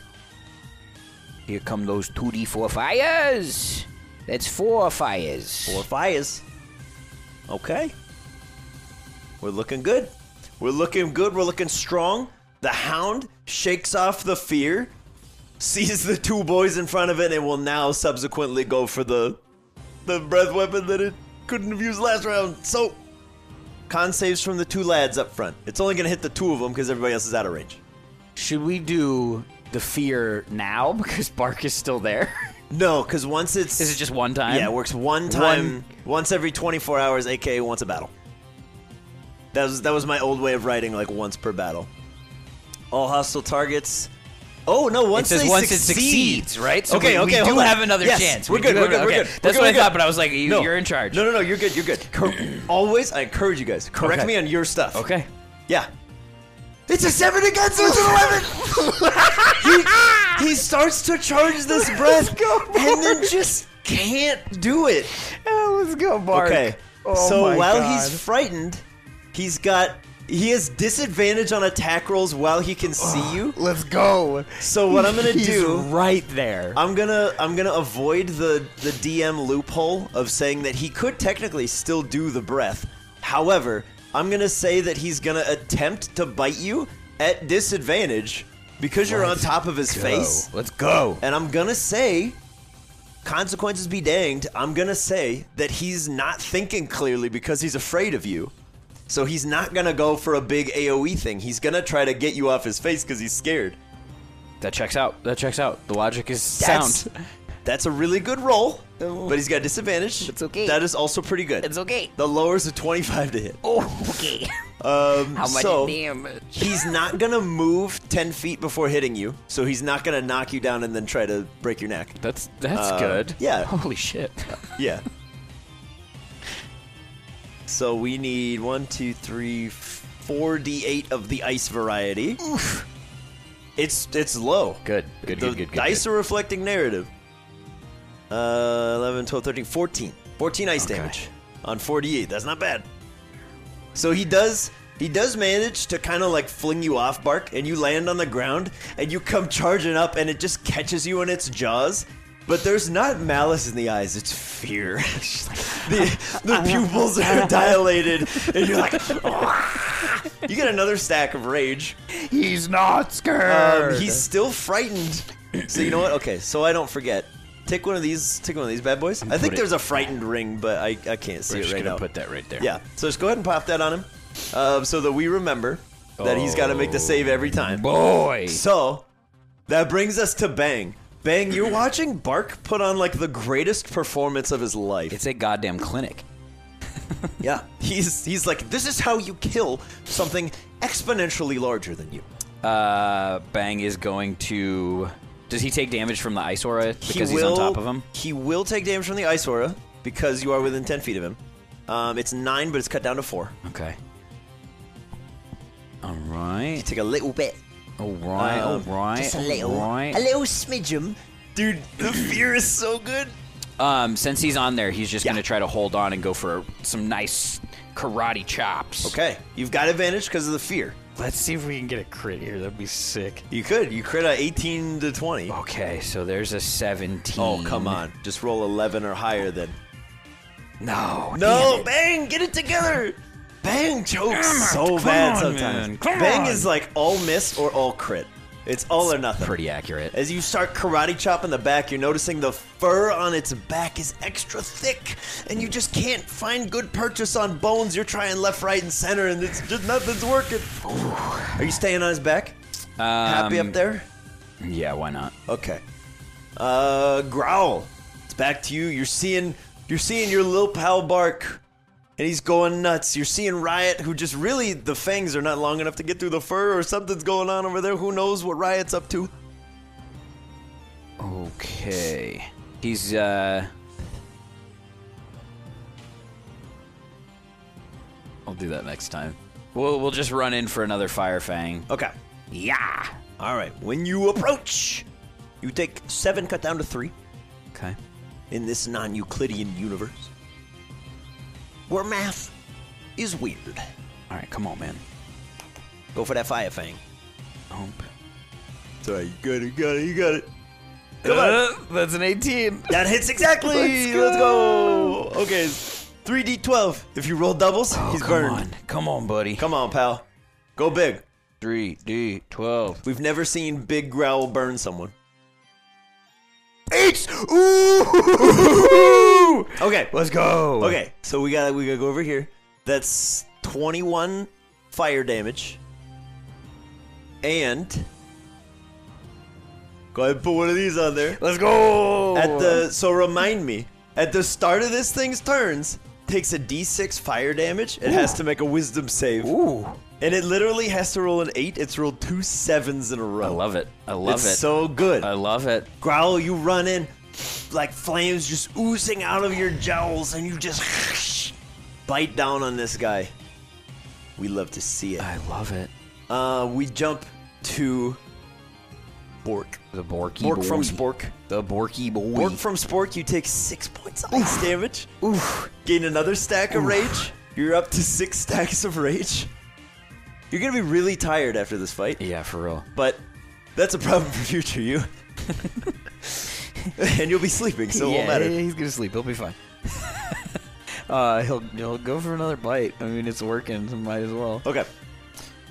Speaker 4: Here come those two D four fires. That's four fires.
Speaker 1: four fires. Okay. We're looking good. We're looking good. We're looking strong. The hound shakes off the fear, [LAUGHS] sees the two boys in front of it, and will now subsequently go for the the breath weapon that it couldn't have used last round. So, con saves from the two lads up front. It's only going to hit the two of them because everybody else is out of range.
Speaker 4: Should we do the fear now [LAUGHS] because Bark is still there?
Speaker 1: No, because once it's
Speaker 4: is it just one time?
Speaker 1: Yeah, it works one time, once every 24 hours, aka once a battle. That was that was my old way of writing, like once per battle. All hostile targets. Oh no!
Speaker 4: It
Speaker 1: Once
Speaker 4: says
Speaker 1: they
Speaker 4: once
Speaker 1: succeed.
Speaker 4: it succeeds, right? So
Speaker 1: okay,
Speaker 4: we,
Speaker 1: okay.
Speaker 4: we do
Speaker 1: hold on.
Speaker 4: have another
Speaker 1: Yes,
Speaker 4: chance.
Speaker 1: We're
Speaker 4: We
Speaker 1: good.
Speaker 4: do
Speaker 1: We're
Speaker 4: have-
Speaker 1: good. We're
Speaker 4: okay.
Speaker 1: good.
Speaker 4: That's
Speaker 1: we're
Speaker 4: what
Speaker 1: good,
Speaker 4: I
Speaker 1: we're
Speaker 4: thought,
Speaker 1: good.
Speaker 4: but I was like, you,
Speaker 1: no.
Speaker 4: you're in charge.
Speaker 1: No, no, no. You're good.
Speaker 4: [CLEARS THROAT]
Speaker 1: You're good. Cor- Always, I encourage you guys. Correct
Speaker 4: Okay.
Speaker 1: me on your stuff.
Speaker 4: Okay.
Speaker 1: Yeah. It's a seven against it's an eleven.
Speaker 4: [LAUGHS]
Speaker 1: he, he starts to charge this breath and then just can't do it.
Speaker 4: Let's go, Bark. Oh
Speaker 1: Okay. so while he's frightened, he's got he has disadvantage on attack rolls while he can see you.
Speaker 5: Let's go.
Speaker 1: So what I'm
Speaker 4: [LAUGHS]
Speaker 1: gonna
Speaker 5: He's
Speaker 1: do
Speaker 5: right there.
Speaker 1: I'm gonna I'm gonna avoid the the DM loophole of saying that he could technically still do the breath. However, I'm gonna say that he's gonna attempt to bite you at disadvantage because you're on top of his face.
Speaker 4: Let's go.
Speaker 1: And I'm gonna say, consequences be danged, I'm gonna say that he's not thinking clearly because he's afraid of you. So he's not gonna go for a big AoE thing. He's gonna try to get you off his face because he's scared.
Speaker 4: That checks out. That checks out. The logic is
Speaker 1: That's,
Speaker 4: sound.
Speaker 1: That's a really good roll, but he's got disadvantage.
Speaker 3: Oh. It's okay.
Speaker 1: That is also pretty good.
Speaker 3: It's okay.
Speaker 1: The lower's a 25 to hit.
Speaker 3: Oh, okay.
Speaker 1: [LAUGHS] Um,
Speaker 3: How much
Speaker 1: so
Speaker 3: damage?
Speaker 1: He's not gonna move 10 feet before hitting you, so he's not gonna knock you down and then try to break your neck.
Speaker 4: That's that's
Speaker 1: Uh,
Speaker 4: good.
Speaker 1: yeah.
Speaker 4: Holy shit.
Speaker 1: [LAUGHS] Yeah. So we need one, two, three, four d8 of the ice variety. It's it's low.
Speaker 4: Good. Good.
Speaker 1: the
Speaker 4: Good. Good. Good.
Speaker 1: dice are reflecting narrative. Uh, 11, 12, 13, 14. 14 ice damage on 48. That's not bad. So he does he does manage to kind of like fling you off bark and you land on the ground and you come charging up and it just catches you in its jaws. But there's not malice in the eyes, it's fear. [LAUGHS] the, the pupils are [LAUGHS] dilated and you're
Speaker 4: [LAUGHS]
Speaker 1: like You get another stack of rage.
Speaker 5: He's not scared.
Speaker 1: Um, he's still frightened. So you know what? Okay, so I don't forget. Take one of these. Take one of these bad boys. I think
Speaker 4: put it-
Speaker 1: there's a frightened ring, but I, I can't see
Speaker 4: We're
Speaker 1: it
Speaker 4: just
Speaker 1: right
Speaker 4: gonna
Speaker 1: now.
Speaker 4: put that right there.
Speaker 1: yeah. So just go ahead and pop that on him, um, so that we remember that he's got to make the save every
Speaker 4: Oh.
Speaker 1: time.
Speaker 4: Boy.
Speaker 1: So that brings us to Bang. Bang, you're watching Bark put on like the greatest performance of his life.
Speaker 4: It's a goddamn clinic.
Speaker 1: yeah. He's he's like, this is how you kill something exponentially larger than you.
Speaker 4: Uh, Bang is going to. Does he take damage from the ice aura because he's on top of him?
Speaker 1: He will take damage from the ice aura because you are within ten feet of him. Um, it's nine, but it's cut down to four.
Speaker 4: Okay. All right.
Speaker 1: Take a little bit,
Speaker 4: All right. All
Speaker 1: Um,
Speaker 4: right.
Speaker 1: just a little,
Speaker 4: All right.
Speaker 1: a little smidgen. Dude, the fear is so good.
Speaker 4: Um, since he's on there, he's just
Speaker 1: Yeah.
Speaker 4: gonna try to hold on and go for some nice karate chops.
Speaker 1: Okay, you've got advantage because of the fear.
Speaker 4: Let's see if we can get a crit here. That'd be sick. Oh,
Speaker 1: You could, you crit a eighteen to twenty.
Speaker 4: Okay, so there's a 17.
Speaker 1: Oh come on, just roll eleven or higher then.
Speaker 4: No.
Speaker 1: No, Bang, get it together. Bang chokes so bad sometimes. Bang is like all miss or all crit. It's all or nothing.
Speaker 4: Pretty accurate.
Speaker 1: As you start karate chopping the back, you're noticing the fur on its back is extra thick, and you just can't find good purchase on bones. You're trying left, right, and center, and it's just nothing's working. Are you staying on his back? Happy up there?
Speaker 4: Yeah, why not?
Speaker 1: Okay. Uh, growl. It's back to you. You're seeing, you're seeing your little pal bark, and he's going nuts. You're seeing Riot, who just really the fangs are not long enough to get through the fur, or something's going on over there. Who knows what Riot's up to?
Speaker 4: Okay. He's uh I'll do that next time. We'll we'll just run in for another fire fang.
Speaker 1: Okay.
Speaker 4: Yeah.
Speaker 1: All right. When you approach, you take seven cut down to three
Speaker 4: Okay.
Speaker 1: in this non Euclidean universe where math is weird.
Speaker 4: All right, come on, man.
Speaker 1: Go for that fire fang.
Speaker 4: Hump.
Speaker 1: Sorry, you got it, you got it, you got it. Come on.
Speaker 4: Uh, that's an 18.
Speaker 1: Uh, That hits exactly. Let's go. Let's go. Okay. it's 3d12. If you roll doubles, he's
Speaker 4: come
Speaker 1: burned.
Speaker 4: on. Come on, buddy.
Speaker 1: Come on, pal. Go big.
Speaker 4: 3D 12.
Speaker 1: We've never seen Big Growl burn someone.
Speaker 5: It's ooh.
Speaker 1: Okay.
Speaker 5: Let's go.
Speaker 1: Okay, so we gotta we gotta go over here. That's twenty one fire damage. And go ahead and put one of these on there.
Speaker 5: Let's go.
Speaker 1: At
Speaker 4: Oh.
Speaker 1: the so remind me, at the start of this thing's turns, takes a D six fire damage, it has to make a wisdom save.
Speaker 4: Ooh.
Speaker 1: And it literally has to roll an eight, it's rolled two sevens in a row.
Speaker 4: I love it. I love
Speaker 1: it's
Speaker 4: it.
Speaker 1: so good.
Speaker 4: I love it.
Speaker 1: Growl, you run in, like flames just oozing out of your jowls, and you just bite down on this guy. We love to see it.
Speaker 4: I love it.
Speaker 1: Uh, we jump to Bork.
Speaker 4: The Borky
Speaker 1: Bork
Speaker 4: boy.
Speaker 1: from Spork.
Speaker 4: The Borky boy.
Speaker 1: Bork from Spork, you take six points of ice damage. Oof. Gain another stack of rage. You're up to six [LAUGHS] stacks of rage. You're gonna be really tired after this fight.
Speaker 4: yeah, for real.
Speaker 1: but that's a problem [LAUGHS] for future you. and you'll be sleeping, [LAUGHS] so it won't
Speaker 4: yeah,
Speaker 1: matter.
Speaker 4: he's gonna sleep. He'll
Speaker 1: [LAUGHS]
Speaker 4: be fine. uh, he'll he'll go for another bite. I mean, it's working. So might as well.
Speaker 1: Okay.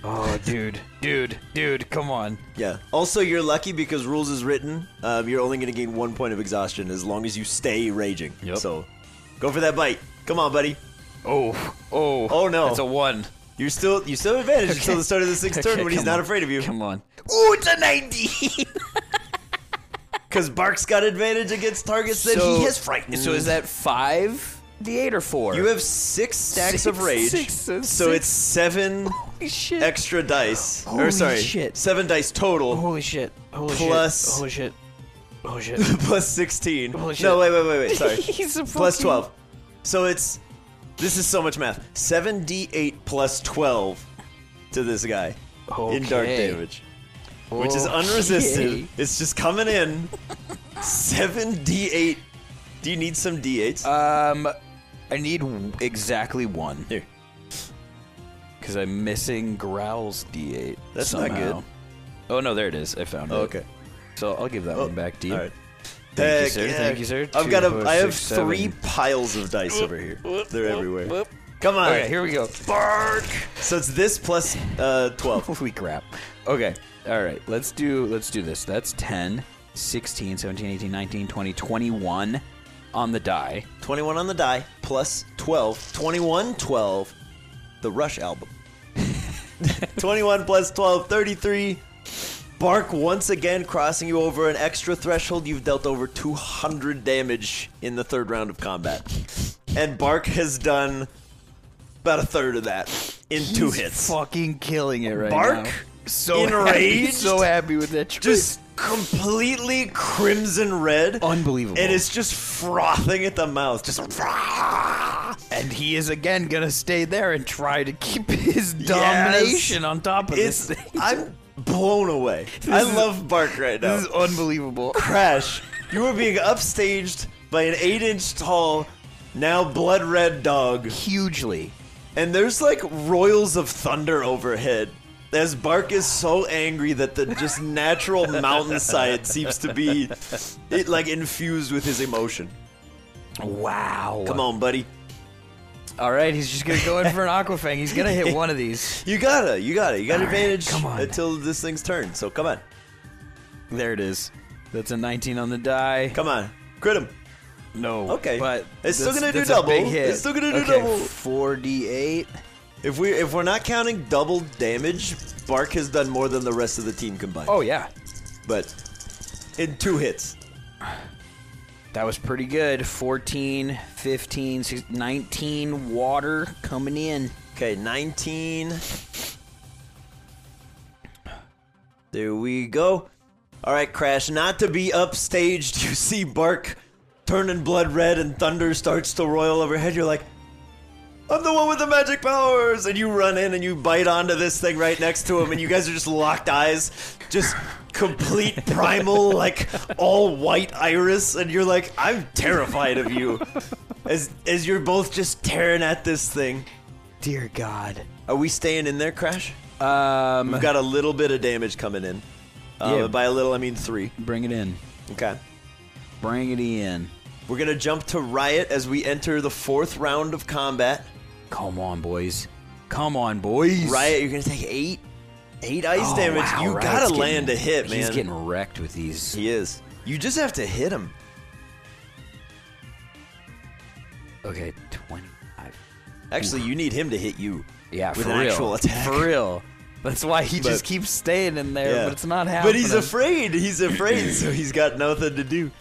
Speaker 4: Oh, dude, dude, dude, come on.
Speaker 1: Yeah. Also, you're lucky because rules is written. Um, you're only going to gain one point of exhaustion as long as you stay raging.
Speaker 4: Yep.
Speaker 1: So, go for that bite. Come on, buddy.
Speaker 4: Oh, oh,
Speaker 1: Oh, no.
Speaker 4: That's a one.
Speaker 1: You're still you still have advantage until the start of the sixth
Speaker 4: Okay,
Speaker 1: turn when he's
Speaker 4: come
Speaker 1: not
Speaker 4: on.
Speaker 1: afraid of you.
Speaker 4: Come on.
Speaker 1: Ooh, it's a [LAUGHS] 90. Because Bark's got advantage against targets that he has frightened.
Speaker 4: So is that five, the eight, or four?
Speaker 1: you have six stacks
Speaker 4: Six-
Speaker 1: of rage,
Speaker 4: six- so
Speaker 1: so
Speaker 4: six-
Speaker 1: it's seven
Speaker 4: holy shit.
Speaker 1: extra dice. or
Speaker 4: Holy
Speaker 1: sorry,
Speaker 4: shit.
Speaker 1: seven dice total
Speaker 4: holy shit. Holy
Speaker 1: Plus-
Speaker 4: shit. Holy shit. Holy shit.
Speaker 1: [LAUGHS] plus sixteen.
Speaker 4: Holy shit.
Speaker 1: No, wait, wait, wait, wait. Sorry,
Speaker 4: [LAUGHS] He's a
Speaker 1: plus
Speaker 4: fucking-
Speaker 1: twelve. So it's this is so much math. Seven d eight plus twelve to this guy in dark
Speaker 4: Okay.
Speaker 1: damage, which is unresisted.
Speaker 4: Okay.
Speaker 1: It's just coming in. [LAUGHS] Seven d eight. Do you need some d eights?
Speaker 4: Um, I need w- exactly one.
Speaker 1: Here.
Speaker 4: Because I'm missing Growl's D8.
Speaker 1: That's not
Speaker 4: somehow.
Speaker 1: good.
Speaker 4: Oh, no, there it is. I found it.
Speaker 1: okay. Oh,
Speaker 4: So I'll give that one back to you.
Speaker 1: All right.
Speaker 4: Thank you,
Speaker 1: Heck
Speaker 4: sir.
Speaker 1: yeah.
Speaker 4: Thank you, sir.
Speaker 1: I've
Speaker 4: Two,
Speaker 1: got
Speaker 4: four,
Speaker 1: a. I have
Speaker 4: six, seven.
Speaker 1: three piles of dice over here. They're everywhere. Come on.
Speaker 4: Okay, here we go.
Speaker 1: Bark. So it's this plus uh, [LAUGHS] 12.
Speaker 4: [LAUGHS] Holy crap. Okay. All right. Let's do let's do this. That's 10, 16, 17, 18, 19, 20, 21 on the die.
Speaker 1: 21 on the die, plus 12. 21, 12. The Rush album. [LAUGHS] 21 plus 12, 33. Bark once again crossing you over an extra threshold. You've dealt over 200 damage in the third round of combat. And Bark has done about a third of that in two hits.
Speaker 4: Fucking killing it right
Speaker 1: Bark?
Speaker 4: now. So
Speaker 1: Enraged?
Speaker 4: Happy, so happy with that. choice.
Speaker 1: just completely crimson red.
Speaker 4: Unbelievable.
Speaker 1: And it's just frothing at the mouth. Just
Speaker 4: and he is again gonna stay there and try to keep [LAUGHS] his
Speaker 1: Yes.
Speaker 4: domination on top of
Speaker 1: it's [LAUGHS]
Speaker 4: this thing.
Speaker 1: I'm blown away. I
Speaker 4: is-
Speaker 1: love Bark right now.
Speaker 4: This is unbelievable.
Speaker 1: Crash, you were being upstaged by an eight inch tall, now blood red dog,
Speaker 4: Hugely.
Speaker 1: and there's like royals of thunder overhead. As Bark is so angry that the just natural mountainside seems to be it like infused with his emotion.
Speaker 4: Wow.
Speaker 1: Come on, buddy.
Speaker 4: All right, he's just gonna go
Speaker 1: [LAUGHS]
Speaker 4: in for an aquafang. He's gonna hit one of these.
Speaker 1: You gotta, you gotta, you got advantage
Speaker 4: come on.
Speaker 1: until this thing's turn. So come on,
Speaker 4: There it is. That's a 19 on the die.
Speaker 1: come on, crit him.
Speaker 4: No.
Speaker 1: Okay.
Speaker 4: But
Speaker 1: It's still
Speaker 4: that's-
Speaker 1: gonna do
Speaker 4: that's a big
Speaker 1: double.
Speaker 4: hit.
Speaker 1: It's still gonna do
Speaker 4: Okay,
Speaker 1: double.
Speaker 4: 4d8.
Speaker 1: If we if we're not counting double damage, Bark has done more than the rest of the team combined.
Speaker 4: Oh yeah,
Speaker 1: but in two hits.
Speaker 4: that was pretty good. 14, 15, 16, 19 water coming in.
Speaker 1: Okay, nineteen. There we go. All right, Crash. Not to be upstaged, [LAUGHS] you see Bark turning blood red and thunder starts to roil overhead. You're like, I'm the one with the magic powers! And you run in and you bite onto this thing right next to him, and you guys are just locked eyes. Just complete primal, like all white iris, and you're like, I'm terrified of you. As as you're both just tearing at this thing.
Speaker 4: Dear God.
Speaker 1: Are we staying in there, Crash?
Speaker 4: Um,
Speaker 1: We've got a little bit of damage coming in. Uh,
Speaker 4: Yeah.
Speaker 1: By a little, I mean three.
Speaker 4: bring it in.
Speaker 1: Okay.
Speaker 4: Bring it in.
Speaker 1: We're going to jump to Riot as we enter the fourth round of combat.
Speaker 4: Come on, boys. Come on, boys.
Speaker 1: Riot, you're going to take eight eight ice
Speaker 4: Oh,
Speaker 1: damage.
Speaker 4: wow,
Speaker 1: you
Speaker 4: Riot's
Speaker 1: got to
Speaker 4: getting-
Speaker 1: land a hit, man.
Speaker 4: He's getting wrecked with these.
Speaker 1: He is. You just have to hit him.
Speaker 4: Okay, 25.
Speaker 1: Actually, you need him to hit you.
Speaker 4: Yeah,
Speaker 1: with
Speaker 4: for
Speaker 1: an
Speaker 4: real.
Speaker 1: actual attack.
Speaker 4: For real. That's why he
Speaker 1: But-
Speaker 4: just keeps staying in there,
Speaker 1: Yeah.
Speaker 4: but it's not happening.
Speaker 1: But he's afraid. He's afraid, so he's got nothing to do.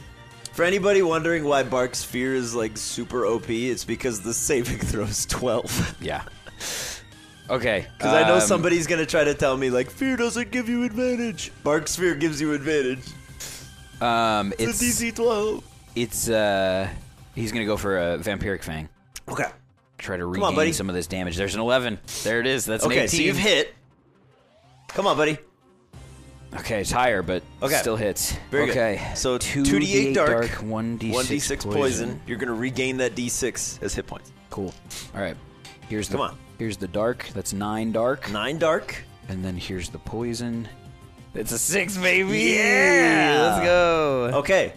Speaker 1: For anybody wondering why Bark's fear is like super OP, it's because the saving throw's 12. [LAUGHS]
Speaker 4: Yeah. Okay.
Speaker 1: Because I know
Speaker 4: um,
Speaker 1: somebody's gonna try to tell me like fear doesn't give you advantage. Bark Sphere gives you advantage. [LAUGHS]
Speaker 4: Um,
Speaker 1: It's,
Speaker 4: it's
Speaker 1: a DC twelve.
Speaker 4: it's uh, he's gonna go for a vampiric fang.
Speaker 1: Okay.
Speaker 4: Try to
Speaker 1: on,
Speaker 4: regain
Speaker 1: buddy.
Speaker 4: some of this damage. There's an 11. There it is. That's an
Speaker 1: Okay.
Speaker 4: 18.
Speaker 1: So you've hit. Come on, buddy.
Speaker 4: Okay, it's higher, but
Speaker 1: Okay.
Speaker 4: still hits.
Speaker 1: Very good.
Speaker 4: okay.
Speaker 1: So
Speaker 4: 2d8
Speaker 1: 2d8 dark,
Speaker 4: 1d6,
Speaker 1: 1d6 poison. You're going to regain that d6 as hit points.
Speaker 4: Cool. All right. Here's the
Speaker 1: Come on.
Speaker 4: Here's the dark. That's nine dark.
Speaker 1: 9 dark.
Speaker 4: And then here's the poison. It's a six, baby.
Speaker 1: Yeah.
Speaker 4: Let's go.
Speaker 1: Okay.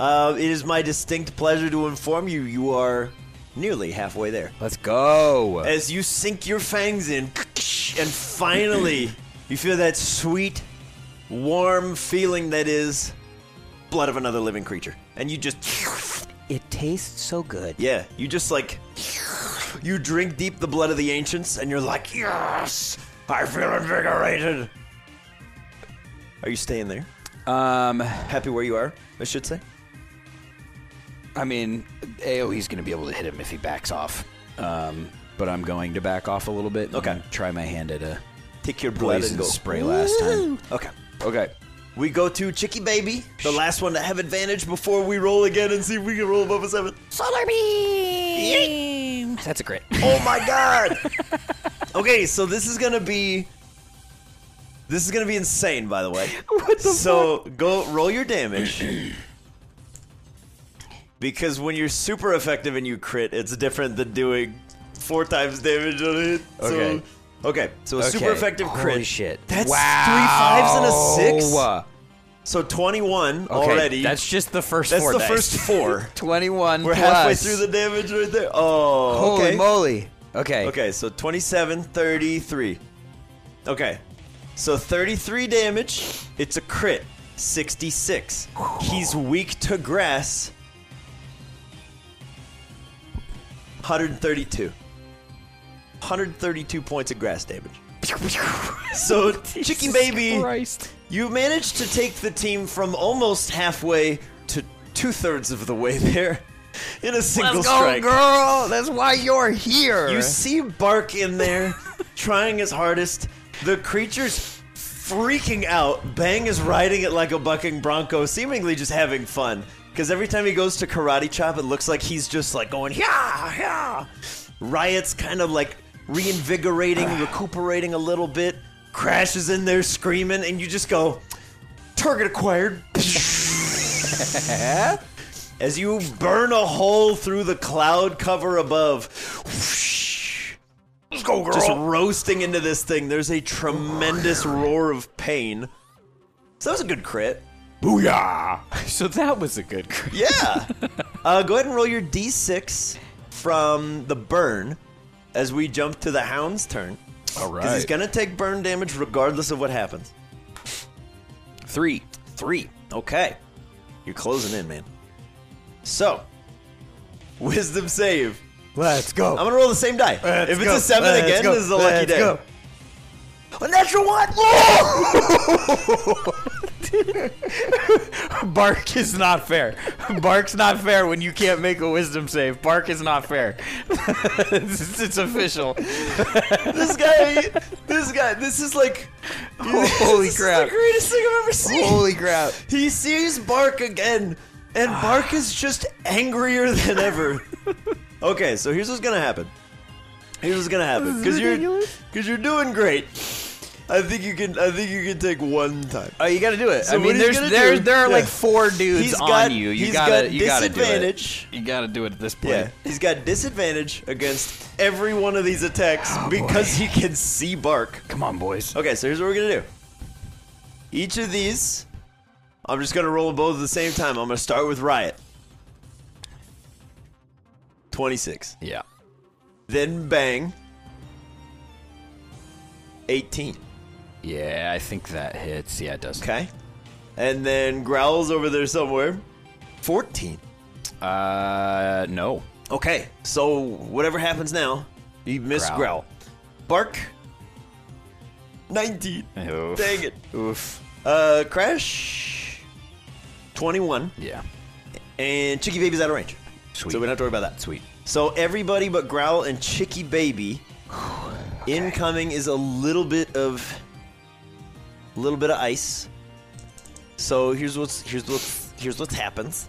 Speaker 1: Uh, it is my distinct pleasure to inform you you are nearly halfway there.
Speaker 4: Let's go.
Speaker 1: As you sink your fangs in, and finally, you feel that sweet, warm feeling that is blood of another living creature. And you just,
Speaker 4: It tastes so good.
Speaker 1: yeah, you just like, you drink deep the blood of the ancients, and you're like, yes, I feel invigorated. Are you staying there?
Speaker 4: Um,
Speaker 1: Happy where you are, I should say.
Speaker 4: I mean, AOE's going to be able to hit him if he backs off. Um, but I'm going to back off a little bit. and
Speaker 1: Okay.
Speaker 4: Try my hand at a
Speaker 1: Take your blood and
Speaker 4: poison
Speaker 1: go.
Speaker 4: spray last time.
Speaker 1: Okay.
Speaker 4: Okay.
Speaker 1: We go to Chicky Baby, the last one to have advantage before we roll again and see if we can roll above a seven.
Speaker 4: Solar beam. That's a crit.
Speaker 1: Oh my god! okay, so this is gonna be this is gonna be insane. By
Speaker 4: [LAUGHS]
Speaker 1: the way, what the so go roll your damage because when you're super effective and you crit, it's different than doing four times damage on it.
Speaker 4: Okay.
Speaker 1: So, okay, so a super
Speaker 4: Okay.
Speaker 1: effective crit.
Speaker 4: Holy shit.
Speaker 1: That's
Speaker 4: Wow.
Speaker 1: three fives and a six.
Speaker 4: Wow.
Speaker 1: So twenty-one
Speaker 4: Oh, uh, Okay,
Speaker 1: already.
Speaker 4: That's just the first.
Speaker 1: That's
Speaker 4: four
Speaker 1: the
Speaker 4: dice. [LAUGHS]
Speaker 1: first four.
Speaker 4: Twenty-one.
Speaker 1: We're
Speaker 4: plus.
Speaker 1: halfway through the damage right there. Oh,
Speaker 4: Holy
Speaker 1: okay.
Speaker 4: moly. Okay.
Speaker 1: Okay, so 27, 33. Okay. So 33 damage. It's a crit. 66. He's weak to grass. 132. 132 points of grass
Speaker 4: [LAUGHS]
Speaker 1: damage. So, Chicky Baby, you managed to take the team from almost halfway to two thirds of the way there in a single
Speaker 4: Let's go,
Speaker 1: strike.
Speaker 4: Oh, girl. That's why you're here.
Speaker 1: You see Bark in there trying his hardest. The creature's freaking out. Bang is riding it like a bucking bronco, seemingly just having fun. Because every time he goes to karate chop, it looks like he's just like going, yeah, yeah. Riot's kind of like reinvigorating, recuperating a little bit. Crashes in there screaming, and you just go, target acquired. As you burn a hole through the cloud cover above, whoosh,
Speaker 5: Let's go, girl.
Speaker 1: just roasting into this thing. There's a tremendous roar of pain. So that was a good crit.
Speaker 5: Booyah!
Speaker 4: so that was a good [LAUGHS] crit.
Speaker 5: [LAUGHS]
Speaker 1: Yeah. uh, go ahead and roll your d6 from the burn as we jump to the hound's turn.
Speaker 5: All
Speaker 1: Because he's going to take burn damage regardless of what happens.
Speaker 4: Three.
Speaker 1: Three. Okay. You're closing in, man. So, wisdom save.
Speaker 5: Let's go.
Speaker 1: I'm gonna roll the same die.
Speaker 5: Let's
Speaker 1: if it's
Speaker 5: go.
Speaker 1: a seven
Speaker 5: Let's
Speaker 1: again,
Speaker 5: go.
Speaker 1: this is a lucky
Speaker 5: Let's
Speaker 1: day.
Speaker 5: go.
Speaker 1: A natural one.
Speaker 4: Bark is not fair. Bark's not fair when you can't make a wisdom save. Bark is not fair. [LAUGHS] it's, it's official.
Speaker 1: this guy, this guy, this is like
Speaker 4: [LAUGHS] Holy
Speaker 1: this
Speaker 4: crap.
Speaker 1: Is the greatest thing I've ever seen.
Speaker 4: Holy Ah. crap.
Speaker 1: He sees Bark again, and Bark is just angrier than
Speaker 4: [LAUGHS]
Speaker 1: ever. okay, so here's what's gonna happen. Here's what's gonna happen because you're because you're doing great. I think you can. I think you can take one time.
Speaker 4: Oh, you gotta do it.
Speaker 1: So
Speaker 4: I
Speaker 1: what
Speaker 4: mean,
Speaker 1: he's
Speaker 4: there's
Speaker 1: gonna
Speaker 4: there's
Speaker 1: do-
Speaker 4: there are
Speaker 1: yeah.
Speaker 4: like four dudes
Speaker 1: He's
Speaker 4: on
Speaker 1: got-
Speaker 4: you. You
Speaker 1: he's
Speaker 4: gotta
Speaker 1: got
Speaker 4: you gotta do it.
Speaker 1: disadvantage.
Speaker 4: You gotta do it at this point.
Speaker 1: Yeah, he's got disadvantage against every one of these attacks
Speaker 4: Oh,
Speaker 1: because he can see Bark.
Speaker 4: Come on, boys.
Speaker 1: Okay, so here's what we're gonna do. Each of these, I'm just gonna roll them both at the same time. I'm gonna start with Riot. 26.
Speaker 4: Yeah.
Speaker 1: Then Bang. 18.
Speaker 4: Yeah, I think that hits. Yeah, it does.
Speaker 1: Okay. And then Growl's over there somewhere. 14.
Speaker 4: Uh, no.
Speaker 1: Okay, so whatever happens now, you miss
Speaker 4: Growl.
Speaker 1: Growl. Bark. 19.
Speaker 4: Oof.
Speaker 1: Dang it.
Speaker 4: Oof.
Speaker 1: Uh, Crash. 21.
Speaker 4: Yeah.
Speaker 1: And Chicky Baby's out of range.
Speaker 4: Sweet.
Speaker 1: So we don't have to worry about that.
Speaker 4: Sweet.
Speaker 1: So everybody but Growl and Chicky
Speaker 4: [SIGHS]
Speaker 1: Baby. Incoming is a little bit of a little bit of ice. So here's what's here's what's here's what happens.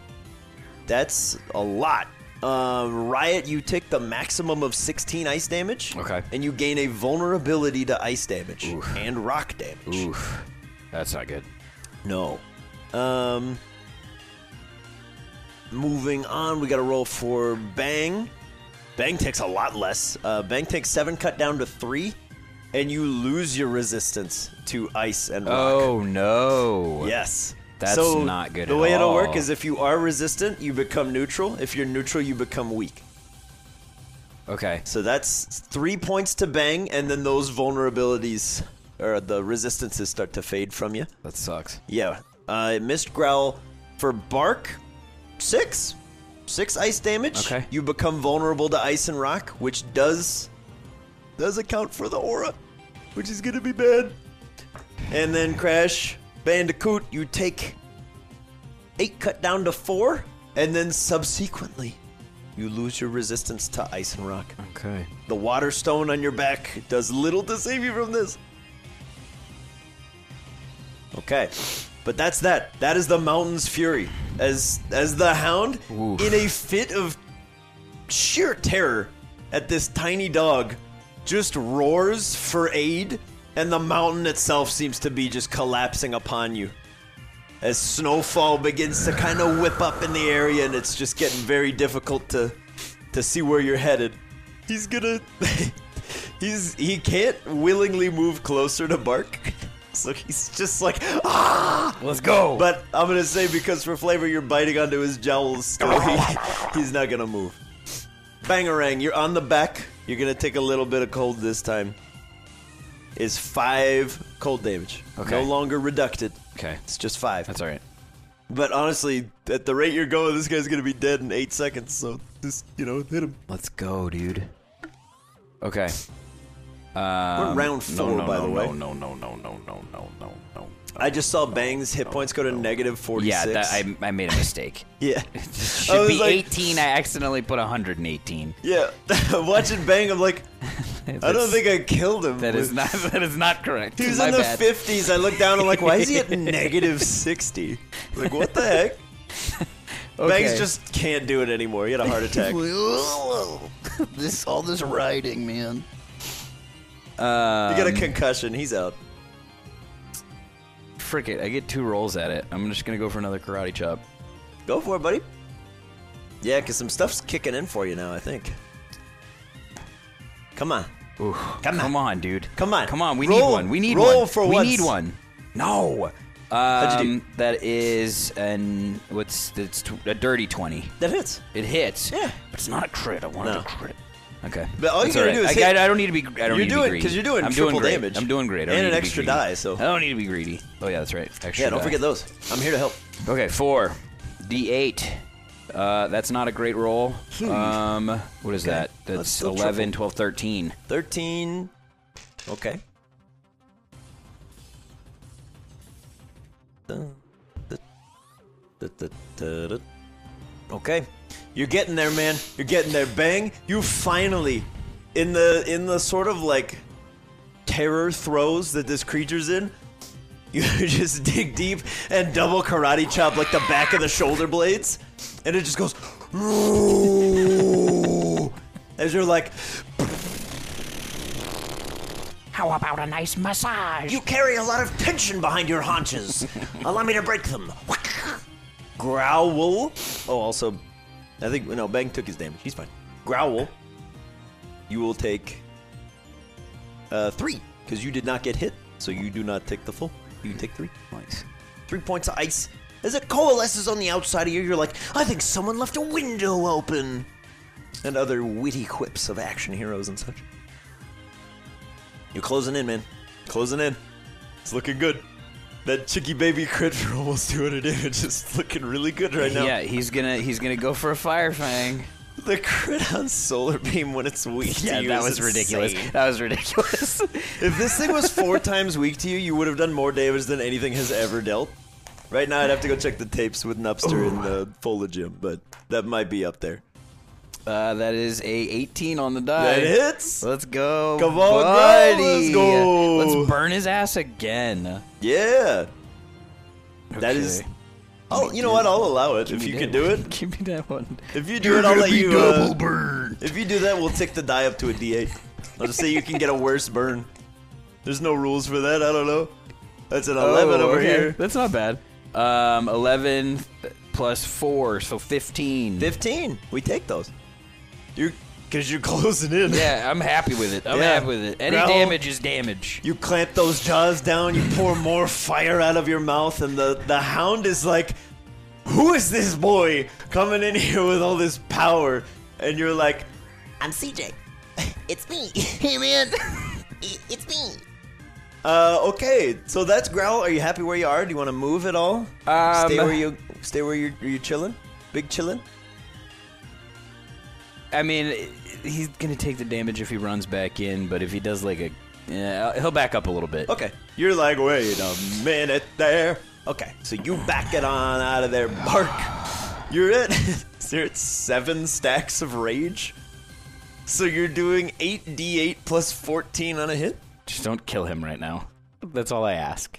Speaker 1: That's a lot Um, Riot, you take the maximum of 16 ice damage.
Speaker 4: Okay.
Speaker 1: And you gain a vulnerability to ice damage and rock damage.
Speaker 4: Oof. That's not good.
Speaker 1: No. Um. Moving on, we got to roll for Bang. Bang takes a lot less. Uh, Bang takes seven, cut down to three, and you lose your resistance to ice and rock.
Speaker 4: Oh no.
Speaker 1: Yes.
Speaker 4: That's
Speaker 1: so
Speaker 4: not good
Speaker 1: The
Speaker 4: at
Speaker 1: way it'll work
Speaker 4: all.
Speaker 1: is if you are resistant, you become neutral. If you're neutral, you become weak.
Speaker 4: Okay.
Speaker 1: So that's three points to bang, and then those vulnerabilities or the resistances start to fade from you.
Speaker 4: That sucks.
Speaker 1: Yeah. Uh, it missed growl for bark. Six. Six ice damage.
Speaker 4: Okay.
Speaker 1: You become vulnerable to ice and rock, which does does account for the aura, which is gonna be bad. And then crash bandicoot. You take eight cut down to four, and then subsequently, you lose your resistance to ice and rock.
Speaker 4: Okay.
Speaker 1: The water stone on your back does little to save you from this. Okay. But that's that. That is the mountain's fury. As as the hound, in a fit of sheer terror at this tiny dog, just roars for aid, and the mountain itself seems to be just collapsing upon you. As snowfall begins to kind of whip up in the area, and it's just getting very difficult to to see where you're headed. He's gonna. [LAUGHS] he's he can't willingly move closer to Bark, [LAUGHS] so he's just like ah.
Speaker 4: Let's go.
Speaker 1: But I'm gonna say because for flavor you're biting onto his jowls, still
Speaker 5: [LAUGHS]
Speaker 1: he, he's not gonna move. Bangarang, you're on the back. You're gonna take a little bit of cold this time. Is five cold damage.
Speaker 4: Okay.
Speaker 1: No longer reducted.
Speaker 4: okay.
Speaker 1: It's just five.
Speaker 4: That's all right.
Speaker 1: but honestly, at the rate you're going, this guy's gonna be dead in eight seconds. So just you know, hit him.
Speaker 4: Let's go, dude. Okay. Uh,
Speaker 1: We're round four,
Speaker 5: No, no,
Speaker 1: by
Speaker 5: no,
Speaker 1: the way.
Speaker 5: no, no, no, no, no, no, no, no, no.
Speaker 1: I just saw Bang's hit points go to negative 46.
Speaker 4: Yeah, that, I, I made a
Speaker 1: [LAUGHS]
Speaker 4: mistake. [LAUGHS]
Speaker 1: yeah. I
Speaker 4: Should
Speaker 1: was
Speaker 4: be
Speaker 1: like-
Speaker 4: 18. I accidentally put 118.
Speaker 1: Yeah. [LAUGHS] Watching Bang, I'm like, I don't
Speaker 4: That's-
Speaker 1: think I killed him.
Speaker 4: That is not. [LAUGHS] That is not correct.
Speaker 1: He was
Speaker 4: My
Speaker 1: in the
Speaker 4: bad.
Speaker 1: 50s. I looked down, I'm like, why is
Speaker 4: [LAUGHS]
Speaker 1: he at negative 60? Like, what the heck? Bangs
Speaker 4: Okay.
Speaker 1: just can't do it anymore. He had a
Speaker 4: [LAUGHS]
Speaker 1: heart attack. you
Speaker 5: this all this riding, man.
Speaker 1: got
Speaker 4: Um,
Speaker 1: a concussion. He's out.
Speaker 4: Frick it. I get two rolls at it. I'm just gonna go for another karate chop.
Speaker 1: Go for it, buddy. Yeah, because some stuff's kicking in for you now, I think. Come on.
Speaker 4: Come on, dude.
Speaker 1: Come on.
Speaker 4: Come on. We need
Speaker 1: Roll-
Speaker 4: one. We need
Speaker 1: roll
Speaker 4: one.
Speaker 1: for
Speaker 4: we
Speaker 1: once.
Speaker 4: need one. No.
Speaker 1: you do?
Speaker 4: Um, that is an what's that's tw- a dirty twenty.
Speaker 1: That hits.
Speaker 4: It hits.
Speaker 1: Yeah.
Speaker 4: But it's not a crit. I wanted
Speaker 1: No.
Speaker 4: a crit. Okay.
Speaker 1: But all you
Speaker 4: That's
Speaker 1: gotta
Speaker 4: alright.
Speaker 1: do is
Speaker 4: I,
Speaker 1: hit-
Speaker 4: I, I don't need to be. I
Speaker 1: You're
Speaker 4: don't need to be
Speaker 1: doing- 'cause
Speaker 4: great.
Speaker 1: you're doing
Speaker 4: I'm
Speaker 1: triple
Speaker 4: doing great.
Speaker 1: damage.
Speaker 4: I'm doing great. I don't
Speaker 1: And an
Speaker 4: need to be
Speaker 1: extra
Speaker 4: greedy.
Speaker 1: die, so-
Speaker 4: I don't need to be greedy. Oh yeah, that's right. Extra
Speaker 1: Yeah, don't
Speaker 4: die.
Speaker 1: forget those. I'm here to help.
Speaker 4: Okay, four. D8. Uh, that's not a great roll.
Speaker 1: Hmm.
Speaker 4: Um, what is that?
Speaker 1: That's
Speaker 4: That's
Speaker 1: still
Speaker 4: 11,
Speaker 1: triple.
Speaker 4: 12, 13.
Speaker 1: 13. Okay. Dun, dun, dun, dun, dun, dun. Okay. You're getting there, man. You're getting there. Bang. You finally in the in the sort of like terror throes that this creature's in, [LAUGHS] you just dig deep and double karate chop like the back of the shoulder blades, and it just goes [LAUGHS] as you're like,
Speaker 2: How about a nice massage?
Speaker 1: You carry a lot of tension behind your [LAUGHS] haunches. Allow me to break them. Growl. Oh, also, I think no. Bang took his damage. He's fine. Growl. You will take uh, three because you did not get hit, so you do not take the full. You take three.
Speaker 4: Nice.
Speaker 1: Three points of ice. As it coalesces on the outside of you, you're like, I think someone left a window open. And other witty quips of action heroes and such. You're closing in, man. Closing in. It's looking good. That chicky baby crit [LAUGHS] for almost 200 damage is looking really good right now.
Speaker 4: Yeah, he's gonna he's gonna go for a
Speaker 1: [LAUGHS]
Speaker 4: fire fang.
Speaker 1: The crit on Solar Beam when it's weak to you
Speaker 4: that
Speaker 1: is
Speaker 4: was ridiculous.
Speaker 1: insane.
Speaker 4: That was ridiculous. [LAUGHS]
Speaker 1: If this thing was four times weak to you, you would have done more damage than anything has ever dealt. Right now, I'd have to go check the tapes with Nupster and the Fola Gym, but that might be up there.
Speaker 4: uh, that is a 18 on the die.
Speaker 1: That hits.
Speaker 4: Let's go.
Speaker 1: Come on,
Speaker 4: buddy.
Speaker 1: go, let's go.
Speaker 4: Let's burn his ass again.
Speaker 1: Yeah. That is I'll, you know what? I'll allow it if you can do it.
Speaker 4: [LAUGHS] Give me that one.
Speaker 1: If you do
Speaker 5: You're
Speaker 1: it, I'll
Speaker 5: gonna
Speaker 1: let
Speaker 5: be
Speaker 1: you. uh,
Speaker 5: double burned.
Speaker 1: if you do that, we'll tick the die up to a D8. I'll just say you can get a worse burn. There's no rules for that. I don't know. That's an 11
Speaker 4: Oh,
Speaker 1: over
Speaker 4: okay.
Speaker 1: here.
Speaker 4: That's not bad. Um, 11 th- plus 4, so 15.
Speaker 1: 15. We take those. You're because you're closing in.
Speaker 4: Yeah, I'm happy with it. I'm
Speaker 1: Yeah.
Speaker 4: happy with it. Any
Speaker 1: Growl.
Speaker 4: damage is damage.
Speaker 1: [LAUGHS] You clamp those jaws down, you pour more fire out of your mouth, and the, the hound is like, Who is this boy coming in [LAUGHS] here with all this power? And you're like,
Speaker 2: [LAUGHS]
Speaker 6: I'm CJ. It's me. [LAUGHS] Hey, man. It's me.
Speaker 1: uh, okay, so that's Growl. Are you happy where you are? Do you want to move at all?
Speaker 4: Um,
Speaker 1: stay where you stay where you're, you chilling? Big chilling?
Speaker 4: I mean, he's going to take the damage if he runs back in, but if he does like a. Yeah, uh, he'll back up a little bit.
Speaker 1: Okay. You're like, wait a minute there. Okay, so you back it on out of there, bark. You're [LAUGHS] at you're at seven stacks of rage. So you're doing eight D8 plus fourteen on a hit?
Speaker 4: Just don't kill him right now. That's all I ask.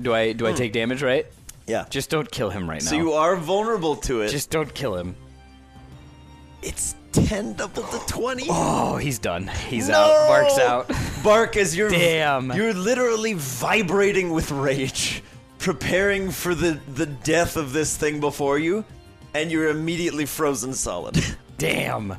Speaker 4: Do I do I take damage right?
Speaker 1: Yeah.
Speaker 4: Just don't kill him right now.
Speaker 1: so you are vulnerable to it.
Speaker 4: Just don't kill him.
Speaker 1: it's ten double to twenty.
Speaker 4: Oh, he's done. He's
Speaker 1: No!
Speaker 4: out. Bark's out.
Speaker 1: Bark as you're
Speaker 4: Damn.
Speaker 1: You're literally vibrating with rage, preparing for the the death of this thing before you, and you're immediately frozen solid. [LAUGHS]
Speaker 4: Damn.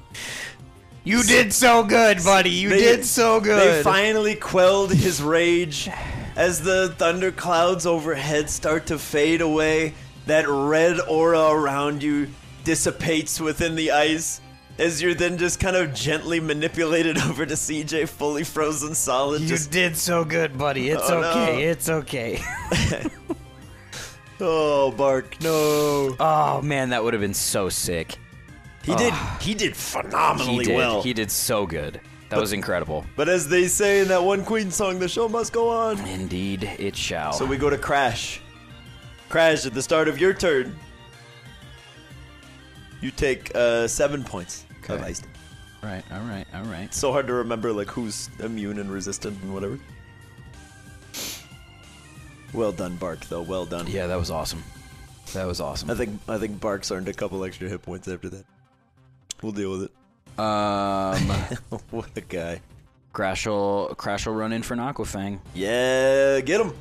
Speaker 4: You did so good, buddy. You
Speaker 1: They-
Speaker 4: did so good.
Speaker 1: They finally quelled his rage as the thunderclouds overhead start to fade away. That red aura around you dissipates within the ice as you're then just kind of gently manipulated [LAUGHS] over to CJ, fully frozen solid.
Speaker 4: you
Speaker 1: just,
Speaker 4: did so good, buddy. It's
Speaker 1: Oh, no.
Speaker 4: okay. It's okay. [LAUGHS]
Speaker 1: oh, Bark, no.
Speaker 4: Oh man, that would have been so sick.
Speaker 1: He did. He did phenomenally
Speaker 4: Ah. he did.
Speaker 1: well.
Speaker 4: He did so good. That was incredible.
Speaker 1: But as they say in that one Queen song, the show must go on.
Speaker 4: Indeed, it shall.
Speaker 1: So we go to Crash. Crash, at the start of your turn, you take uh, seven points of ice. damage.
Speaker 4: all right, all right, all right.
Speaker 1: It's so hard to remember like who's immune and resistant and whatever. Well done, Bark. Though well done.
Speaker 4: Yeah, that was awesome. That was awesome.
Speaker 1: I think I think Bark's earned a couple extra hit points after that. We'll deal with it.
Speaker 4: Um,
Speaker 1: [LAUGHS] what a guy.
Speaker 4: Crash will Crash will run in for an Aquafang.
Speaker 1: Yeah, get him.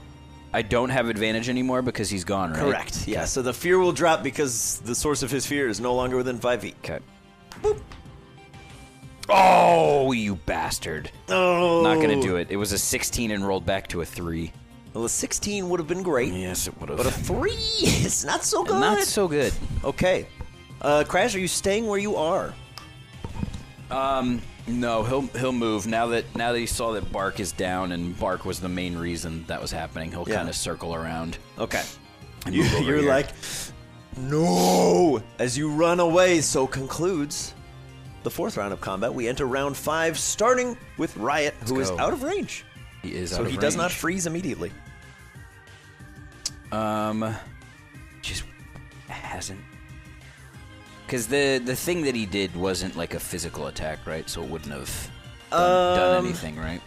Speaker 4: I don't have advantage anymore because he's gone, right?
Speaker 1: Correct. Yeah. So the fear will drop because the source of his fear is no longer within five feet.
Speaker 4: Okay. Oh, you bastard!
Speaker 1: Oh,
Speaker 4: Not gonna do it. It was a 16 and rolled back to a three.
Speaker 1: Well, a sixteen would have been great.
Speaker 4: Yes, it would
Speaker 1: But a three [LAUGHS] is not so good.
Speaker 4: [LAUGHS] Not so good.
Speaker 1: okay. Uh, Crash, are you staying where you are?
Speaker 4: Um, no, he'll he'll move now that now that he saw that Bark is down and Bark was the main reason that was happening. He'll
Speaker 1: Yeah.
Speaker 4: kind of circle around.
Speaker 1: Okay.
Speaker 4: and
Speaker 1: You,
Speaker 4: move
Speaker 1: [LAUGHS]
Speaker 4: over
Speaker 1: you're
Speaker 4: here.
Speaker 1: like, no! As you run away, so concludes the fourth round of combat. We enter round five, starting with Riot, who is
Speaker 4: go.
Speaker 1: out of range.
Speaker 4: he is
Speaker 1: so
Speaker 4: out
Speaker 1: he
Speaker 4: of
Speaker 1: does not
Speaker 4: range.
Speaker 1: freeze immediately.
Speaker 4: Um, just hasn't. Because the the thing that he did wasn't like a physical attack, right? So it wouldn't have done, done anything, right?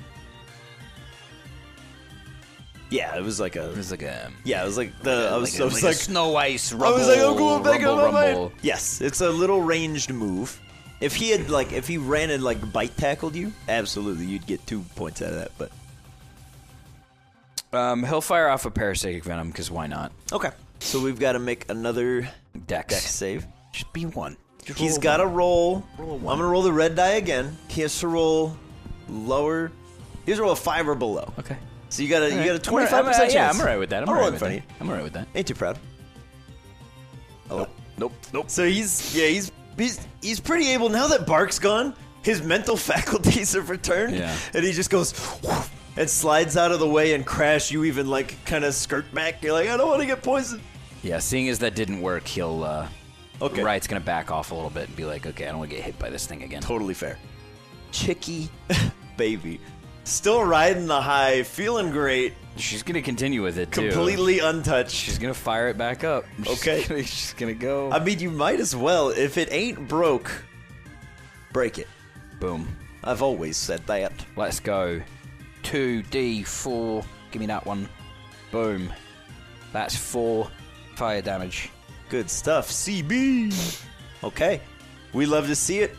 Speaker 1: Yeah, it was like
Speaker 4: It
Speaker 1: a.
Speaker 4: was like a
Speaker 1: Yeah, it was like the. I was,
Speaker 4: a-
Speaker 1: I was
Speaker 4: a
Speaker 1: like,
Speaker 4: snow ice.
Speaker 1: I
Speaker 4: Rumble,
Speaker 1: was like, "Oh, I'm going back
Speaker 4: rumble,
Speaker 1: on my
Speaker 4: rumble.
Speaker 1: mind. Yes, it's a little ranged move. If he had like, if he ran and like bite tackled you, absolutely, you'd get two points out of that. But
Speaker 4: Um, he'll fire off a parasitic venom because why not?
Speaker 1: okay, so we've got to make another
Speaker 4: Dex.
Speaker 1: deck save.
Speaker 4: Just be one. Just
Speaker 1: He's
Speaker 4: roll
Speaker 1: got to
Speaker 4: one.
Speaker 1: roll.
Speaker 4: Roll a
Speaker 1: I'm
Speaker 4: one.
Speaker 1: gonna roll the red die again. He has to roll lower. He has to roll a five or below.
Speaker 4: Okay.
Speaker 1: So you got a you got a
Speaker 4: I'm all right-
Speaker 1: 25 percent chance.
Speaker 4: Yeah, I'm alright with that. I'm
Speaker 1: I'll roll in
Speaker 4: alright with
Speaker 1: front of
Speaker 4: that.
Speaker 1: you.
Speaker 4: I'm alright with that.
Speaker 1: Ain't too proud. Oh, well.
Speaker 4: Nope. Nope.
Speaker 1: So he's yeah he's he's he's pretty able now that Bark's gone. His mental [LAUGHS] faculties have returned,
Speaker 4: Yeah.
Speaker 1: and he just goes whoosh, and slides out of the way and crash. You even like kind of skirt back. You're like, I don't want to get poisoned.
Speaker 4: Yeah, seeing as that didn't work, he'll uh,
Speaker 1: Okay,
Speaker 4: Riot's gonna back off a little bit and be like, okay, I don't want to get hit by this thing again.
Speaker 1: totally fair. Chicky, [LAUGHS] baby, still riding the high, feeling great,
Speaker 4: She's gonna continue with it too.
Speaker 1: completely untouched.
Speaker 4: She's gonna fire it back up. [LAUGHS] She's
Speaker 1: Okay.
Speaker 4: gonna- she's gonna go.
Speaker 1: I mean, you might as well. If it ain't broke, break it.
Speaker 4: Boom.
Speaker 1: I've always said that.
Speaker 4: Let's go. Two D four. Give me that one. Boom. That's four fire damage.
Speaker 1: Good stuff, CB. Okay, we love to see it.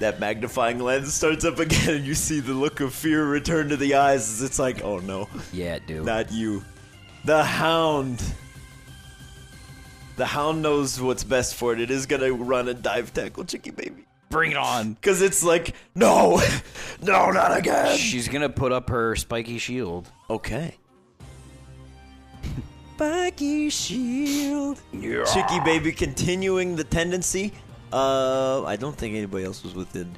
Speaker 1: That magnifying lens starts up again, and you see the look of fear return to the eyes as it's like, oh no,
Speaker 4: Yeah, dude.
Speaker 1: not you. The hound. The hound knows what's best for it. It is gonna run and dive tackle Chicky Baby.
Speaker 4: Bring it on.
Speaker 1: Cause it's like, no, [LAUGHS] no, not again.
Speaker 4: She's gonna put up her spiky shield.
Speaker 1: Okay. Bucky Shield. Chicky Baby continuing the tendency. Uh, I don't think anybody else was within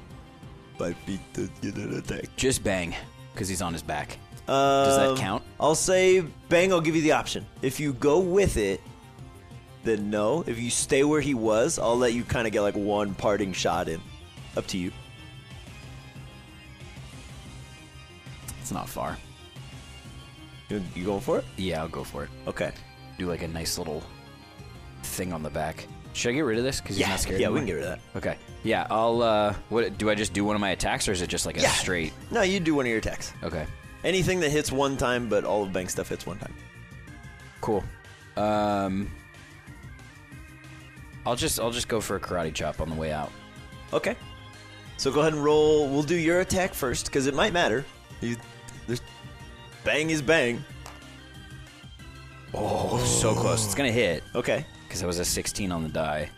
Speaker 1: five feet to get an attack.
Speaker 4: Just bang, because he's on his back.
Speaker 1: Um,
Speaker 4: Does that count?
Speaker 1: I'll say bang. I'll give you the option. If you go with it, then no. If you stay where he was, I'll let you kind of get like one parting shot in. Up to you.
Speaker 4: It's not far.
Speaker 1: You, you going for it?
Speaker 4: Yeah, I'll go for it.
Speaker 1: Okay.
Speaker 4: Do like a nice little thing on the back. Should I get rid of this? Because he's
Speaker 1: Yeah,
Speaker 4: not scared.
Speaker 1: yeah, we can get
Speaker 4: anymore?
Speaker 1: rid of
Speaker 4: Okay. Yeah, I'll. uh What do I just do? One of my attacks, or is it just like a straight?
Speaker 1: No, you do one of your attacks.
Speaker 4: Okay.
Speaker 1: Anything that hits one time, but all of Bang stuff hits one time.
Speaker 4: Cool. Um. I'll just I'll just go for a karate chop on the way out.
Speaker 1: Okay. So go ahead and roll. We'll do your attack first because it might matter. You, there's, bang is bang.
Speaker 4: So close. It's gonna hit.
Speaker 1: Okay.
Speaker 4: Because I was a 16 on the die.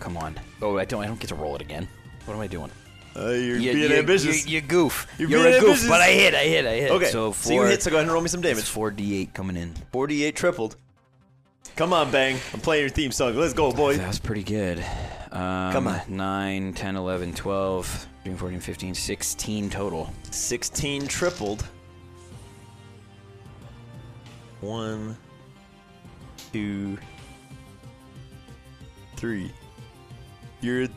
Speaker 4: Come on. Oh, I don't. I don't get to roll it again. What am I doing?
Speaker 1: Uh, you're
Speaker 4: You-
Speaker 1: being
Speaker 4: you-
Speaker 1: ambitious.
Speaker 4: You, you goof.
Speaker 1: You're
Speaker 4: You're,
Speaker 1: being
Speaker 4: a goof.
Speaker 1: ambitious.
Speaker 4: But I hit. I hit. I hit.
Speaker 1: okay.
Speaker 4: So four.
Speaker 1: you hit. So go ahead and roll me some
Speaker 4: it's
Speaker 1: damage.
Speaker 4: four d8 coming in.
Speaker 1: 48 tripled. Come on, bang. I'm playing your theme song. Let's go, boy.
Speaker 4: That was pretty good. Um,
Speaker 1: Come on.
Speaker 4: 9, 10, 11, 12, 13, 14, 15, 16 total.
Speaker 1: 16 tripled. One, two, three. You're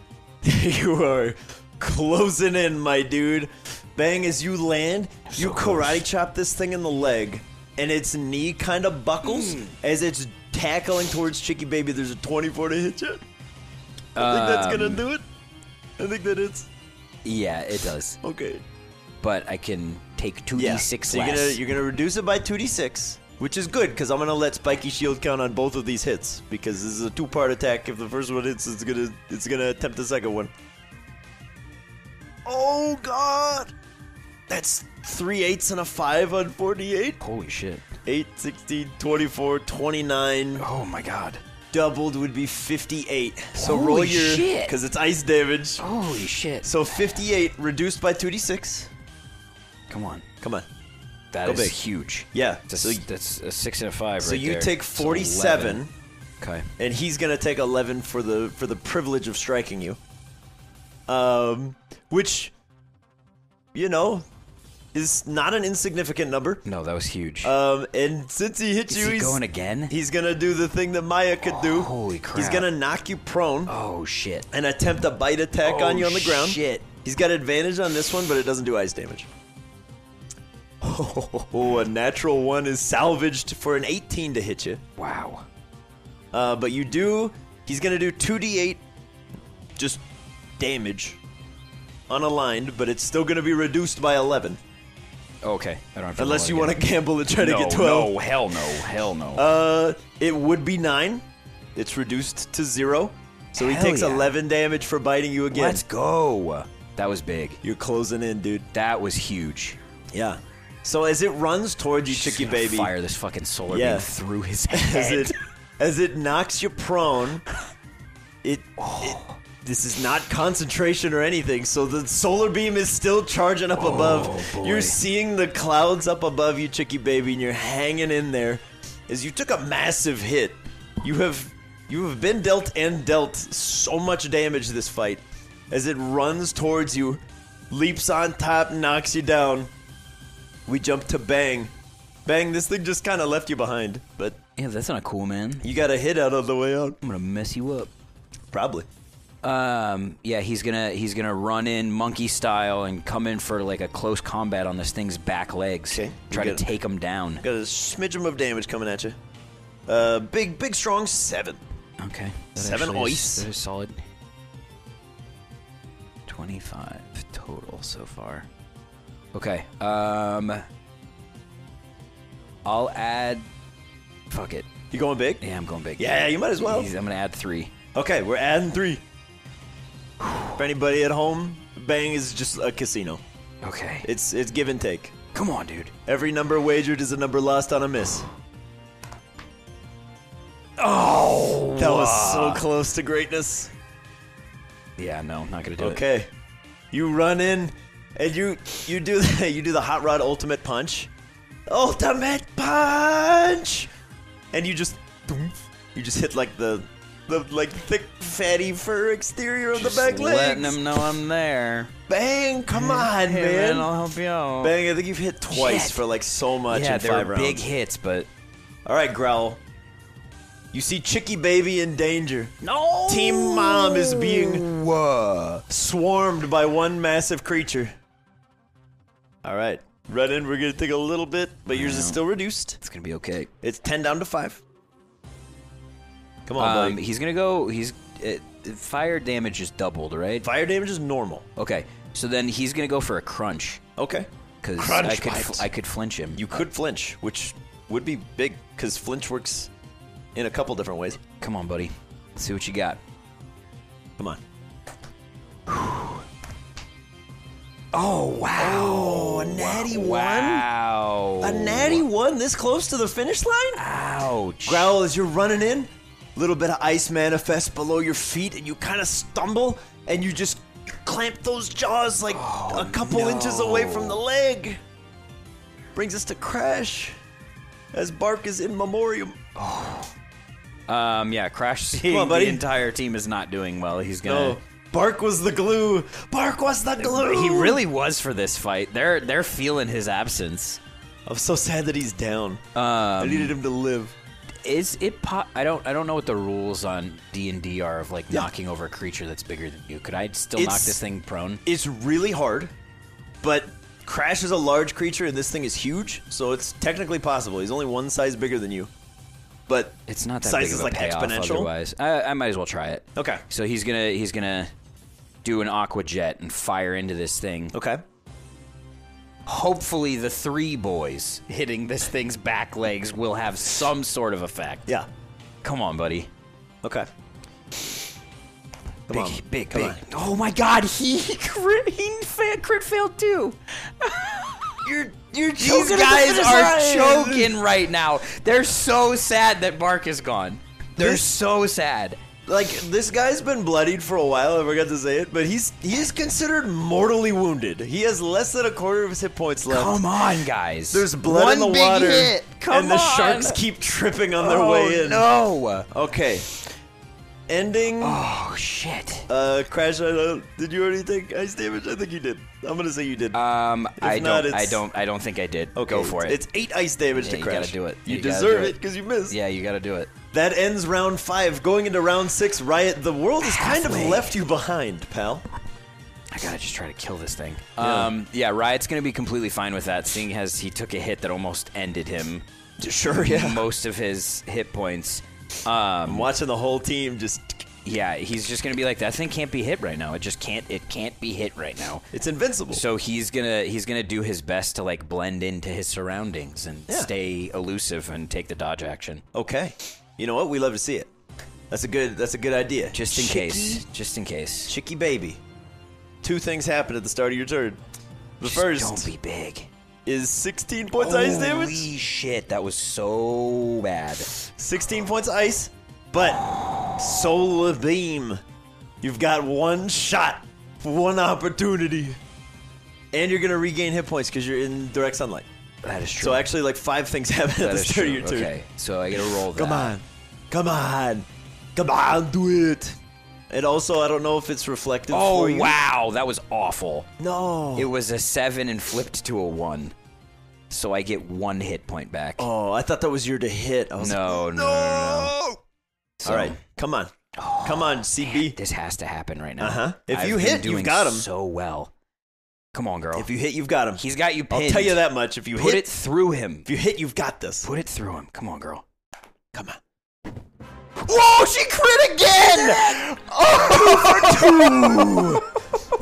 Speaker 1: [LAUGHS] you are closing in, my dude. Bang as you land, you karate chop this thing in the leg, and its knee kind of buckles as it's tackling towards Chicky Baby. There's a 24 to hit you. I think that's gonna do it. I think that it's
Speaker 4: Yeah, it does.
Speaker 1: okay.
Speaker 4: But I can take 2d6
Speaker 1: So you're
Speaker 4: less.
Speaker 1: gonna you're gonna reduce it by two d six, which is good because I'm gonna let spiky shield count on both of these hits because this is a two part attack. If the first one hits, it's gonna it's gonna attempt the second one. Oh god, that's three eights and a five on 48.
Speaker 4: Holy shit.
Speaker 1: 8, 16, 24, 29.
Speaker 4: Oh my god.
Speaker 1: Doubled would be 58. So
Speaker 4: Holy
Speaker 1: roll your.
Speaker 4: shit.
Speaker 1: Because it's ice damage.
Speaker 4: Holy shit.
Speaker 1: So 58 reduced by 2d6.
Speaker 4: Come on.
Speaker 1: Come on.
Speaker 4: That
Speaker 1: Go
Speaker 4: is
Speaker 1: big.
Speaker 4: huge.
Speaker 1: Yeah.
Speaker 4: That's,
Speaker 1: so
Speaker 4: a, that's a 6 and a 5
Speaker 1: So
Speaker 4: right
Speaker 1: you
Speaker 4: there.
Speaker 1: take
Speaker 4: It's
Speaker 1: 47
Speaker 4: 11. Okay.
Speaker 1: and he's gonna take 11 for the for the privilege of striking you um which you know is not an insignificant number
Speaker 4: No, that was huge.
Speaker 1: um and since he hit
Speaker 4: is
Speaker 1: you
Speaker 4: Uh, he
Speaker 1: he's
Speaker 4: going again?
Speaker 1: he's gonna do the thing that maya could do
Speaker 4: Holy
Speaker 1: he's
Speaker 4: crap.
Speaker 1: gonna knock you prone
Speaker 4: oh shit.
Speaker 1: and attempt a bite attack on you on the ground
Speaker 4: Oh, shit.
Speaker 1: he's got advantage on this one but it doesn't do ice
Speaker 4: [LAUGHS]
Speaker 1: damage oh a natural one is salvaged for an 18 to hit you
Speaker 4: Wow.
Speaker 1: Uh, but you do. He's gonna do two d8, just damage, unaligned, but it's still gonna be reduced by eleven,
Speaker 4: Okay. I don't have to
Speaker 1: unless you want
Speaker 4: want
Speaker 1: to gamble and try
Speaker 4: no,
Speaker 1: to get twelve.
Speaker 4: No, hell no. Hell no.
Speaker 1: Uh, it would be nine. It's reduced to zero, so he
Speaker 4: Hell
Speaker 1: takes
Speaker 4: yeah.
Speaker 1: eleven damage for biting you again.
Speaker 4: Let's go. That was big.
Speaker 1: You're closing in, dude.
Speaker 4: That was huge.
Speaker 1: Yeah. So as it runs towards you,
Speaker 4: She's
Speaker 1: Chicky
Speaker 4: gonna
Speaker 1: Baby,
Speaker 4: Fire this fucking solar
Speaker 1: Yeah.
Speaker 4: beam
Speaker 1: [LAUGHS]
Speaker 4: through his
Speaker 1: as
Speaker 4: head.
Speaker 1: it as it knocks you prone. It, it this is not concentration or anything. So the solar beam is still charging up above. You're seeing the clouds up above you, Chicky baby, and you're hanging in there. As you took a massive hit, you have you have been dealt and dealt so much damage this fight. As it runs towards you, leaps on top, knocks you down. We jump to Bang. Bang, this thing just kind of left you behind, but
Speaker 4: yeah, that's not cool, man.
Speaker 1: you got a hit out on the way out.
Speaker 4: I'm gonna mess you up.
Speaker 1: Probably.
Speaker 4: Um, yeah, he's gonna he's gonna run in monkey style and come in for like a close combat on this thing's back legs.
Speaker 1: Okay,
Speaker 4: Try
Speaker 1: you
Speaker 4: to
Speaker 1: got it.
Speaker 4: take him down.
Speaker 1: Got a smidgen of damage coming at you. Uh, big, big, strong seven.
Speaker 4: Okay. That
Speaker 1: Seven
Speaker 4: actually is-
Speaker 1: ice.
Speaker 4: That is solid. Twenty-five total so far. Okay. Um. I'll add Fuck it.
Speaker 1: You going big?
Speaker 4: Yeah, I'm going big.
Speaker 1: Yeah, you might as well.
Speaker 4: He's- I'm gonna add three.
Speaker 1: Okay, we're adding three. For anybody at home, Bang is just a casino.
Speaker 4: Okay.
Speaker 1: It's it's give and take.
Speaker 4: Come on, dude.
Speaker 1: Every number wagered is a number lost on a miss. Oh, that was so close to greatness.
Speaker 4: Yeah, no, not gonna do it.
Speaker 1: Okay, you run in and you you do the, [LAUGHS] you do the hot rod ultimate punch, ultimate punch, and you just boom, you just hit like the the like thick fatty fur exterior of
Speaker 4: Just
Speaker 1: the back legs.
Speaker 4: letting him know I'm there.
Speaker 1: Bang! Come on,
Speaker 4: Hey,
Speaker 1: man.
Speaker 4: I'll help you out.
Speaker 1: Bang! I think you've hit twice
Speaker 4: Shit.
Speaker 1: for like so much
Speaker 4: yeah,
Speaker 1: in
Speaker 4: they're
Speaker 1: five rounds.
Speaker 4: big hits, but
Speaker 1: All right, Growl. You see Chicky Baby in danger.
Speaker 4: no.
Speaker 1: Team Mom is being swarmed by one massive creature. All right. Run in, we're going to take a little bit, but yours is still reduced.
Speaker 4: It's gonna be okay.
Speaker 1: It's 10 down to 5. Come on,
Speaker 4: Um,
Speaker 1: buddy.
Speaker 4: he's gonna go. He's uh, fire damage is doubled, right?
Speaker 1: Fire damage is normal.
Speaker 4: Okay, so then he's gonna go for a crunch
Speaker 1: Okay.
Speaker 4: because
Speaker 1: Crunch
Speaker 4: I could
Speaker 1: bite.
Speaker 4: fl- I could flinch him.
Speaker 1: You could flinch, which would be big because flinch works in a couple different ways.
Speaker 4: come on, buddy. see what you got.
Speaker 1: Come on.
Speaker 4: Oh wow!
Speaker 1: Oh, a natty
Speaker 4: Wow!
Speaker 1: A natty one this close to the finish line?
Speaker 4: Ouch!
Speaker 1: Growl, as you're running in, little bit of ice manifests below your feet, and you kind of stumble, and you just clamp those jaws like
Speaker 4: Oh,
Speaker 1: a couple inches away from the leg. Brings us to Crash, as Bark is in memoriam.
Speaker 4: Um, yeah, Crash. Seeing
Speaker 1: on, buddy.
Speaker 4: the entire team is not doing well. He's gonna.
Speaker 1: No, Bark was the glue. Bark was the glue.
Speaker 4: He really was for this fight. They're they're feeling his absence.
Speaker 1: I'm so sad that he's down. I
Speaker 4: Um,
Speaker 1: needed him to live.
Speaker 4: is it po- I don't I don't know what the rules on D and D are of like
Speaker 1: Yeah.
Speaker 4: knocking over a creature that's bigger than you. Could I still knock
Speaker 1: It's-
Speaker 4: this thing prone?
Speaker 1: It's really hard, but Crash is a large creature, and this thing is huge, so it's technically possible. He's only one size bigger than you, but
Speaker 4: It's not that
Speaker 1: size
Speaker 4: big
Speaker 1: is
Speaker 4: of a
Speaker 1: like
Speaker 4: payoff
Speaker 1: exponential.
Speaker 4: Otherwise, I, I might as well try it.
Speaker 1: Okay.
Speaker 4: So he's gonna he's gonna do an aqua jet and fire into this thing.
Speaker 1: Okay.
Speaker 4: Hopefully, the three boys hitting this thing's back legs will have some sort of effect.
Speaker 1: Yeah.
Speaker 4: Come on, buddy.
Speaker 1: Okay. Come
Speaker 4: big,
Speaker 1: on.
Speaker 4: big,
Speaker 1: Come
Speaker 4: big.
Speaker 1: on.
Speaker 4: Oh my God, he [LAUGHS] crit, he fa- crit failed too.
Speaker 1: You're you're
Speaker 4: These
Speaker 1: choking at the
Speaker 4: guys
Speaker 1: finish
Speaker 4: are
Speaker 1: line.
Speaker 4: choking right now. They're so sad that Bark is gone. They're
Speaker 1: This-
Speaker 4: so sad.
Speaker 1: Like this guy's been bloodied for a while. I forgot to say it, but he's he is considered mortally wounded. He has less than a quarter of his hit points left.
Speaker 4: Come on, guys.
Speaker 1: There's blood
Speaker 4: One
Speaker 1: in the
Speaker 4: big
Speaker 1: water,
Speaker 4: hit. Come
Speaker 1: and the
Speaker 4: on.
Speaker 1: sharks keep tripping on their
Speaker 4: oh,
Speaker 1: way in.
Speaker 4: No.
Speaker 1: Okay. Ending.
Speaker 4: Oh shit.
Speaker 1: Uh, Crash, I don't, did you already take ice damage? I think you did. I'm gonna say you did.
Speaker 4: Um, I
Speaker 1: not,
Speaker 4: don't. I
Speaker 1: it's-
Speaker 4: don't. I don't think I did. Go for it.
Speaker 1: It's eight ice damage
Speaker 4: Yeah,
Speaker 1: to
Speaker 4: you
Speaker 1: Crash.
Speaker 4: gotta do it.
Speaker 1: You,
Speaker 4: You gotta
Speaker 1: deserve
Speaker 4: do
Speaker 1: it
Speaker 4: it.
Speaker 1: because you missed.
Speaker 4: yeah, you got to do it.
Speaker 1: That ends round five. Going into round six, Riot, the world has kind of
Speaker 4: Halfway.
Speaker 1: left you behind,
Speaker 4: [LAUGHS]
Speaker 1: pal.
Speaker 4: I gotta just try to kill this thing. Um, yeah, Riot's gonna be completely fine with that, seeing as he took a hit that almost ended him.
Speaker 1: Sure, [LAUGHS] yeah.
Speaker 4: Most of his hit points. Um,
Speaker 1: [LAUGHS] I'm watching the whole team just.
Speaker 4: yeah, he's just gonna be like, that thing can't be hit right now. It just can't. It can't be hit right now.
Speaker 1: It's invincible.
Speaker 4: So he's gonna he's gonna do his best to like blend into his surroundings and
Speaker 1: Yeah.
Speaker 4: stay elusive and take the dodge action.
Speaker 1: okay. You know what? We love to see it. That's a good. That's a good idea.
Speaker 4: Just in
Speaker 1: Chicky-
Speaker 4: case. Just in case.
Speaker 1: Chicky baby. Two things happen at the start of your turn. The
Speaker 4: Just
Speaker 1: 1st
Speaker 4: Don't be big.
Speaker 1: is 16 points ice damage.
Speaker 4: Holy shit, that was so bad.
Speaker 1: 16 points ice, but solar beam. You've got one shot, one opportunity. And you're gonna regain hit points because you're in direct sunlight.
Speaker 4: That is true.
Speaker 1: So actually, like five things [LAUGHS] happen at
Speaker 4: That
Speaker 1: the
Speaker 4: is
Speaker 1: start of
Speaker 4: true.
Speaker 1: your turn.
Speaker 4: Okay, so I gotta roll that.
Speaker 1: Come on, come on, come on, do it. And also, I don't know if it's reflective.
Speaker 4: Oh
Speaker 1: for you. Oh.
Speaker 4: wow, that was awful.
Speaker 1: No.
Speaker 4: It was a seven and flipped to a one, so I get one hit point back.
Speaker 1: oh, I thought that was your to hit. I was like,
Speaker 4: no, Oh. no, no, no, no. So,
Speaker 1: all right, come on, come on, CB.
Speaker 4: this has to happen right now.
Speaker 1: Uh-huh. If
Speaker 4: I've
Speaker 1: you
Speaker 4: been
Speaker 1: hit, you've
Speaker 4: doing
Speaker 1: got 'em.
Speaker 4: so well. Come on, girl.
Speaker 1: If you hit, you've got him.
Speaker 4: Oh. He's got you
Speaker 1: I'll
Speaker 4: pinned.
Speaker 1: tell you that much. If you
Speaker 4: Put
Speaker 1: hit,
Speaker 4: it through him.
Speaker 1: if you hit, you've got this.
Speaker 4: Put it through him. Come
Speaker 1: [LAUGHS]
Speaker 4: on, girl.
Speaker 1: Come on.
Speaker 4: Whoa, she
Speaker 1: [LAUGHS]
Speaker 4: crit again!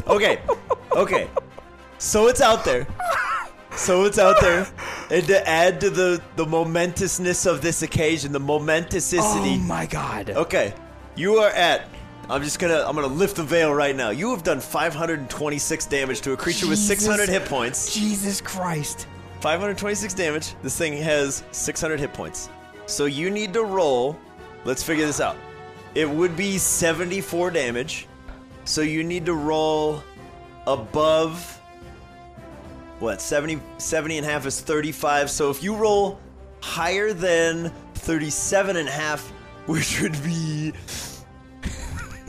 Speaker 1: Okay. Okay. So it's out there. So it's out there. And to add to the, the momentousness of this occasion, the
Speaker 4: Oh
Speaker 1: momentousity.
Speaker 4: my god.
Speaker 1: Okay, you are at. I'm just gonna. I'm gonna lift the veil right now. You have done 526 damage to a creature with 600 hit points.
Speaker 4: Jesus Christ.
Speaker 1: 526 damage. This thing has 600 hit points. So you need to roll. Let's figure this out. It would be 74 damage. So you need to roll above what? 70 70 and a half is 35. So if you roll higher than 37 and a half, [LAUGHS] which would be [LAUGHS]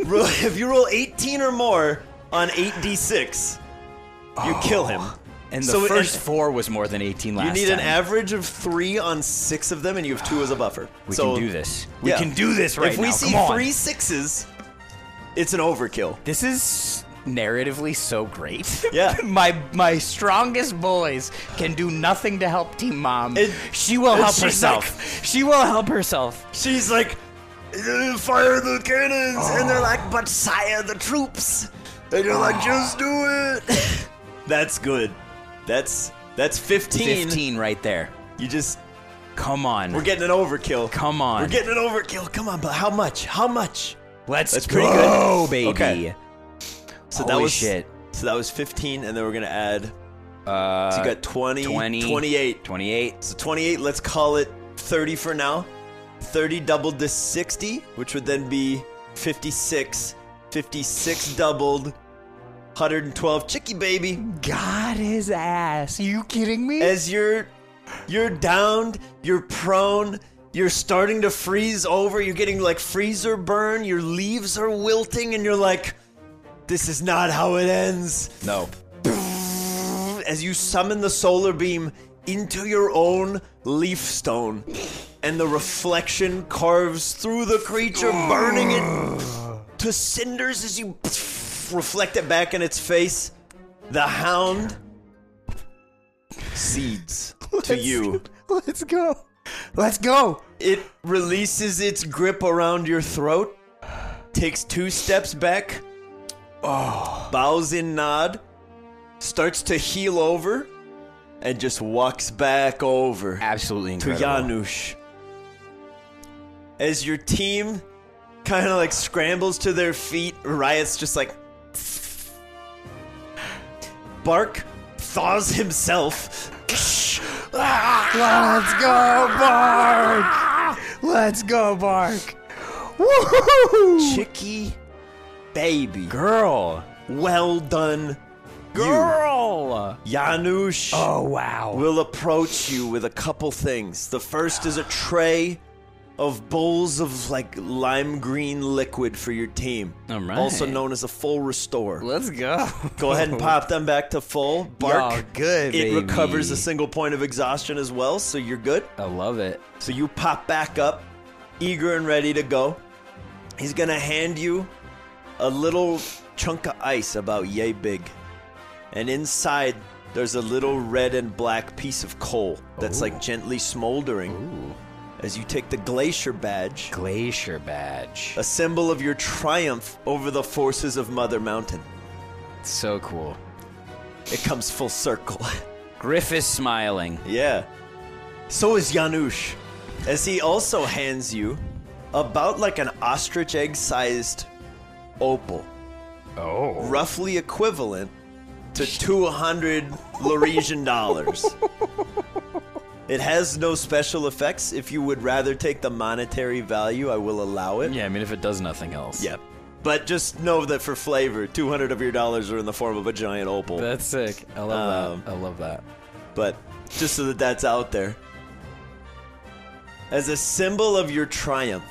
Speaker 1: roll- if you roll 18 or more on 8d6, you kill him.
Speaker 4: And the
Speaker 1: So it-
Speaker 4: first four was more than 18 last
Speaker 1: You
Speaker 4: time.
Speaker 1: need an average of three on six of them, and you have two as a buffer.
Speaker 4: We
Speaker 1: So,
Speaker 4: can do this.
Speaker 1: yeah.
Speaker 4: We can do this right
Speaker 1: If we
Speaker 4: now.
Speaker 1: see
Speaker 4: Come on.
Speaker 1: three sixes, it's an overkill.
Speaker 4: This is narratively so great.
Speaker 1: [LAUGHS] Yeah.
Speaker 4: [LAUGHS] my my strongest boys can do nothing to help Team Mom.
Speaker 1: It-
Speaker 4: she will help
Speaker 1: she's
Speaker 4: herself. she will help herself.
Speaker 1: She's like, fire the cannons, and they're like, but sire the troops, and you're like, just do it. [LAUGHS] that's good. That's that's 15.
Speaker 4: 15 right there.
Speaker 1: You just
Speaker 4: Come on.
Speaker 1: we're getting an overkill.
Speaker 4: Come on.
Speaker 1: We're getting an overkill. Come on, but how much? How much?
Speaker 4: Let's
Speaker 1: That's pretty
Speaker 4: go,
Speaker 1: good.
Speaker 4: baby.
Speaker 1: Okay. So that
Speaker 4: Holy
Speaker 1: was
Speaker 4: shit.
Speaker 1: So that was 15, and then we're gonna add
Speaker 4: Uh,
Speaker 1: So you got 20,
Speaker 4: 20,
Speaker 1: 28.
Speaker 4: 28.
Speaker 1: So 28, let's call it 30 for now. 30 doubled to 60, which would then be 56. 56 doubled, 112. Chicky baby,
Speaker 4: God his ass. you kidding me?
Speaker 1: as you're you're downed, you're prone, you're starting to freeze over, you're getting like freezer burn, your leaves are wilting and you're like this is not how it ends.
Speaker 4: no.
Speaker 1: as you summon the solar beam into your own leaf stone, and the reflection carves through the creature, burning it to cinders as you reflect it back in its face. The hound cedes to you.
Speaker 4: Let's go. Let's go.
Speaker 1: It releases its grip around your throat, takes two steps back, bows in nod, starts to heel over, and just walks back over
Speaker 4: Absolutely
Speaker 1: to
Speaker 4: incredible.
Speaker 1: Janusz. As your team kind of like scrambles to their feet, Riot's just like. Bark thaws himself.
Speaker 4: Let's go, Bark. Ah, Let's go, Bark. Woohoo!
Speaker 1: Chicky baby.
Speaker 4: Girl.
Speaker 1: Well done.
Speaker 4: Girl.
Speaker 1: You. Janusz
Speaker 4: Oh, wow.
Speaker 1: will approach you with a couple things. The first is a tray of bowls of like lime green liquid for your team.
Speaker 4: All right.
Speaker 1: Also known as a full restore.
Speaker 4: Let's go.
Speaker 1: Go ahead and pop them back to full. Bark.
Speaker 4: Yo, good,
Speaker 1: It recovers
Speaker 4: baby.
Speaker 1: a single point of exhaustion as well, so you're good.
Speaker 4: [LAUGHS] I love it.
Speaker 1: So you pop back up, eager and ready to go. He's gonna hand you a little chunk of ice about yay big. And inside, there's a little red and black piece of coal that's like gently smoldering. As you take the glacier badge,
Speaker 4: Glacier badge.
Speaker 1: a symbol of your triumph over the forces of Mother Mountain,
Speaker 4: so cool.
Speaker 1: it comes full circle. [LAUGHS]
Speaker 4: Griffith smiling.
Speaker 1: Yeah. So is Janusz, as he also hands you about like an ostrich egg sized opal. Oh. Roughly equivalent to 200 Lauresian dollars. It has no special effects. If you would rather take the monetary value, I will allow it.
Speaker 4: Yeah, I mean, if it does nothing else.
Speaker 1: Yep. But just know that for flavor, 200 of your dollars are in the form of a giant opal.
Speaker 4: That's sick. I love that. I love that.
Speaker 1: but just so that that's out there. As a symbol of your triumph,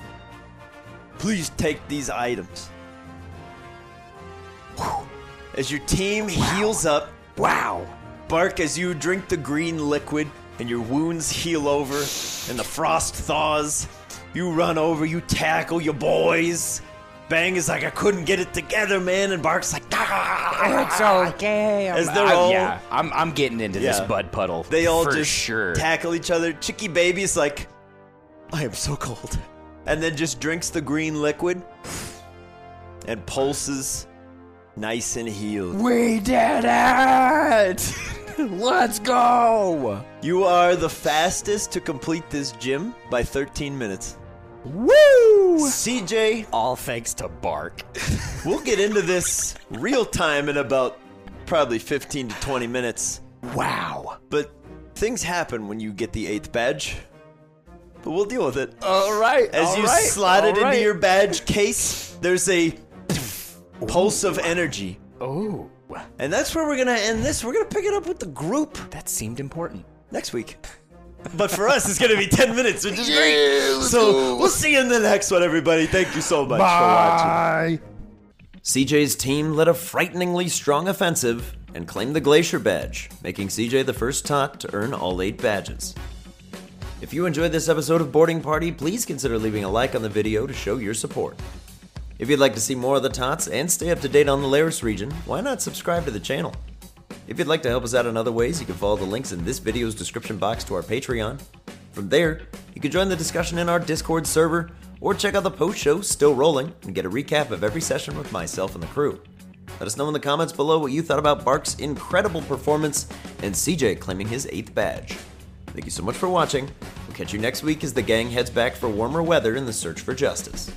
Speaker 1: please take these items. Whew. As your team heals up,
Speaker 4: Wow.
Speaker 1: bark as you drink the green liquid and your wounds heal over and the frost thaws. You run over, you tackle your boys. Bang is like, I couldn't get it together, man. And Bark's like, "Ah."
Speaker 4: It's okay.
Speaker 1: As they're all-
Speaker 4: yeah, I'm, I'm getting into
Speaker 1: Yeah.
Speaker 4: this bud puddle.
Speaker 1: They all
Speaker 4: for
Speaker 1: just
Speaker 4: sure.
Speaker 1: tackle each other. Chicky Baby is like, I am so cold. And then just drinks the green liquid and pulses nice and healed.
Speaker 4: we did it. [LAUGHS] Let's go!
Speaker 1: You are the fastest to complete this gym by 13 minutes. Woo! CJ,
Speaker 4: All thanks to Bark. [LAUGHS]
Speaker 1: we'll get into this real time in about probably 15 to 20 minutes.
Speaker 4: Wow.
Speaker 1: But things happen when you get the eighth badge. But we'll deal with it.
Speaker 4: All right.
Speaker 1: As
Speaker 4: all
Speaker 1: you
Speaker 4: right,
Speaker 1: slide
Speaker 4: all
Speaker 1: it
Speaker 4: right.
Speaker 1: into your badge case, there's a pulse of energy.
Speaker 4: Oh,
Speaker 1: And that's where we're going to end this. We're going to pick it up with the group
Speaker 4: that seemed important.
Speaker 1: next week. But for us, it's going to be 10 minutes, which is great. So we'll see you in the next one, everybody. Thank you so much for watching.
Speaker 5: Bye.
Speaker 1: CJ's team led a frighteningly strong offensive and claimed the Glacier Badge, making CJ the first tot to earn all eight badges. If you enjoyed this episode of Boarding Party, please consider leaving a like on the video to show your support. If you'd like to see more of the tots and stay up to date on the Laris region, why not subscribe to the channel? If you'd like to help us out in other ways, you can follow the links in this video's description box to our Patreon. From there, you can join the discussion in our Discord server or check out the post show Still Rolling and get a recap of every session with myself and the crew. Let us know in the comments below what you thought about Bark's incredible performance and CJ claiming his eighth badge. Thank you so much for watching. We'll catch you next week as the gang heads back for warmer weather in the search for justice.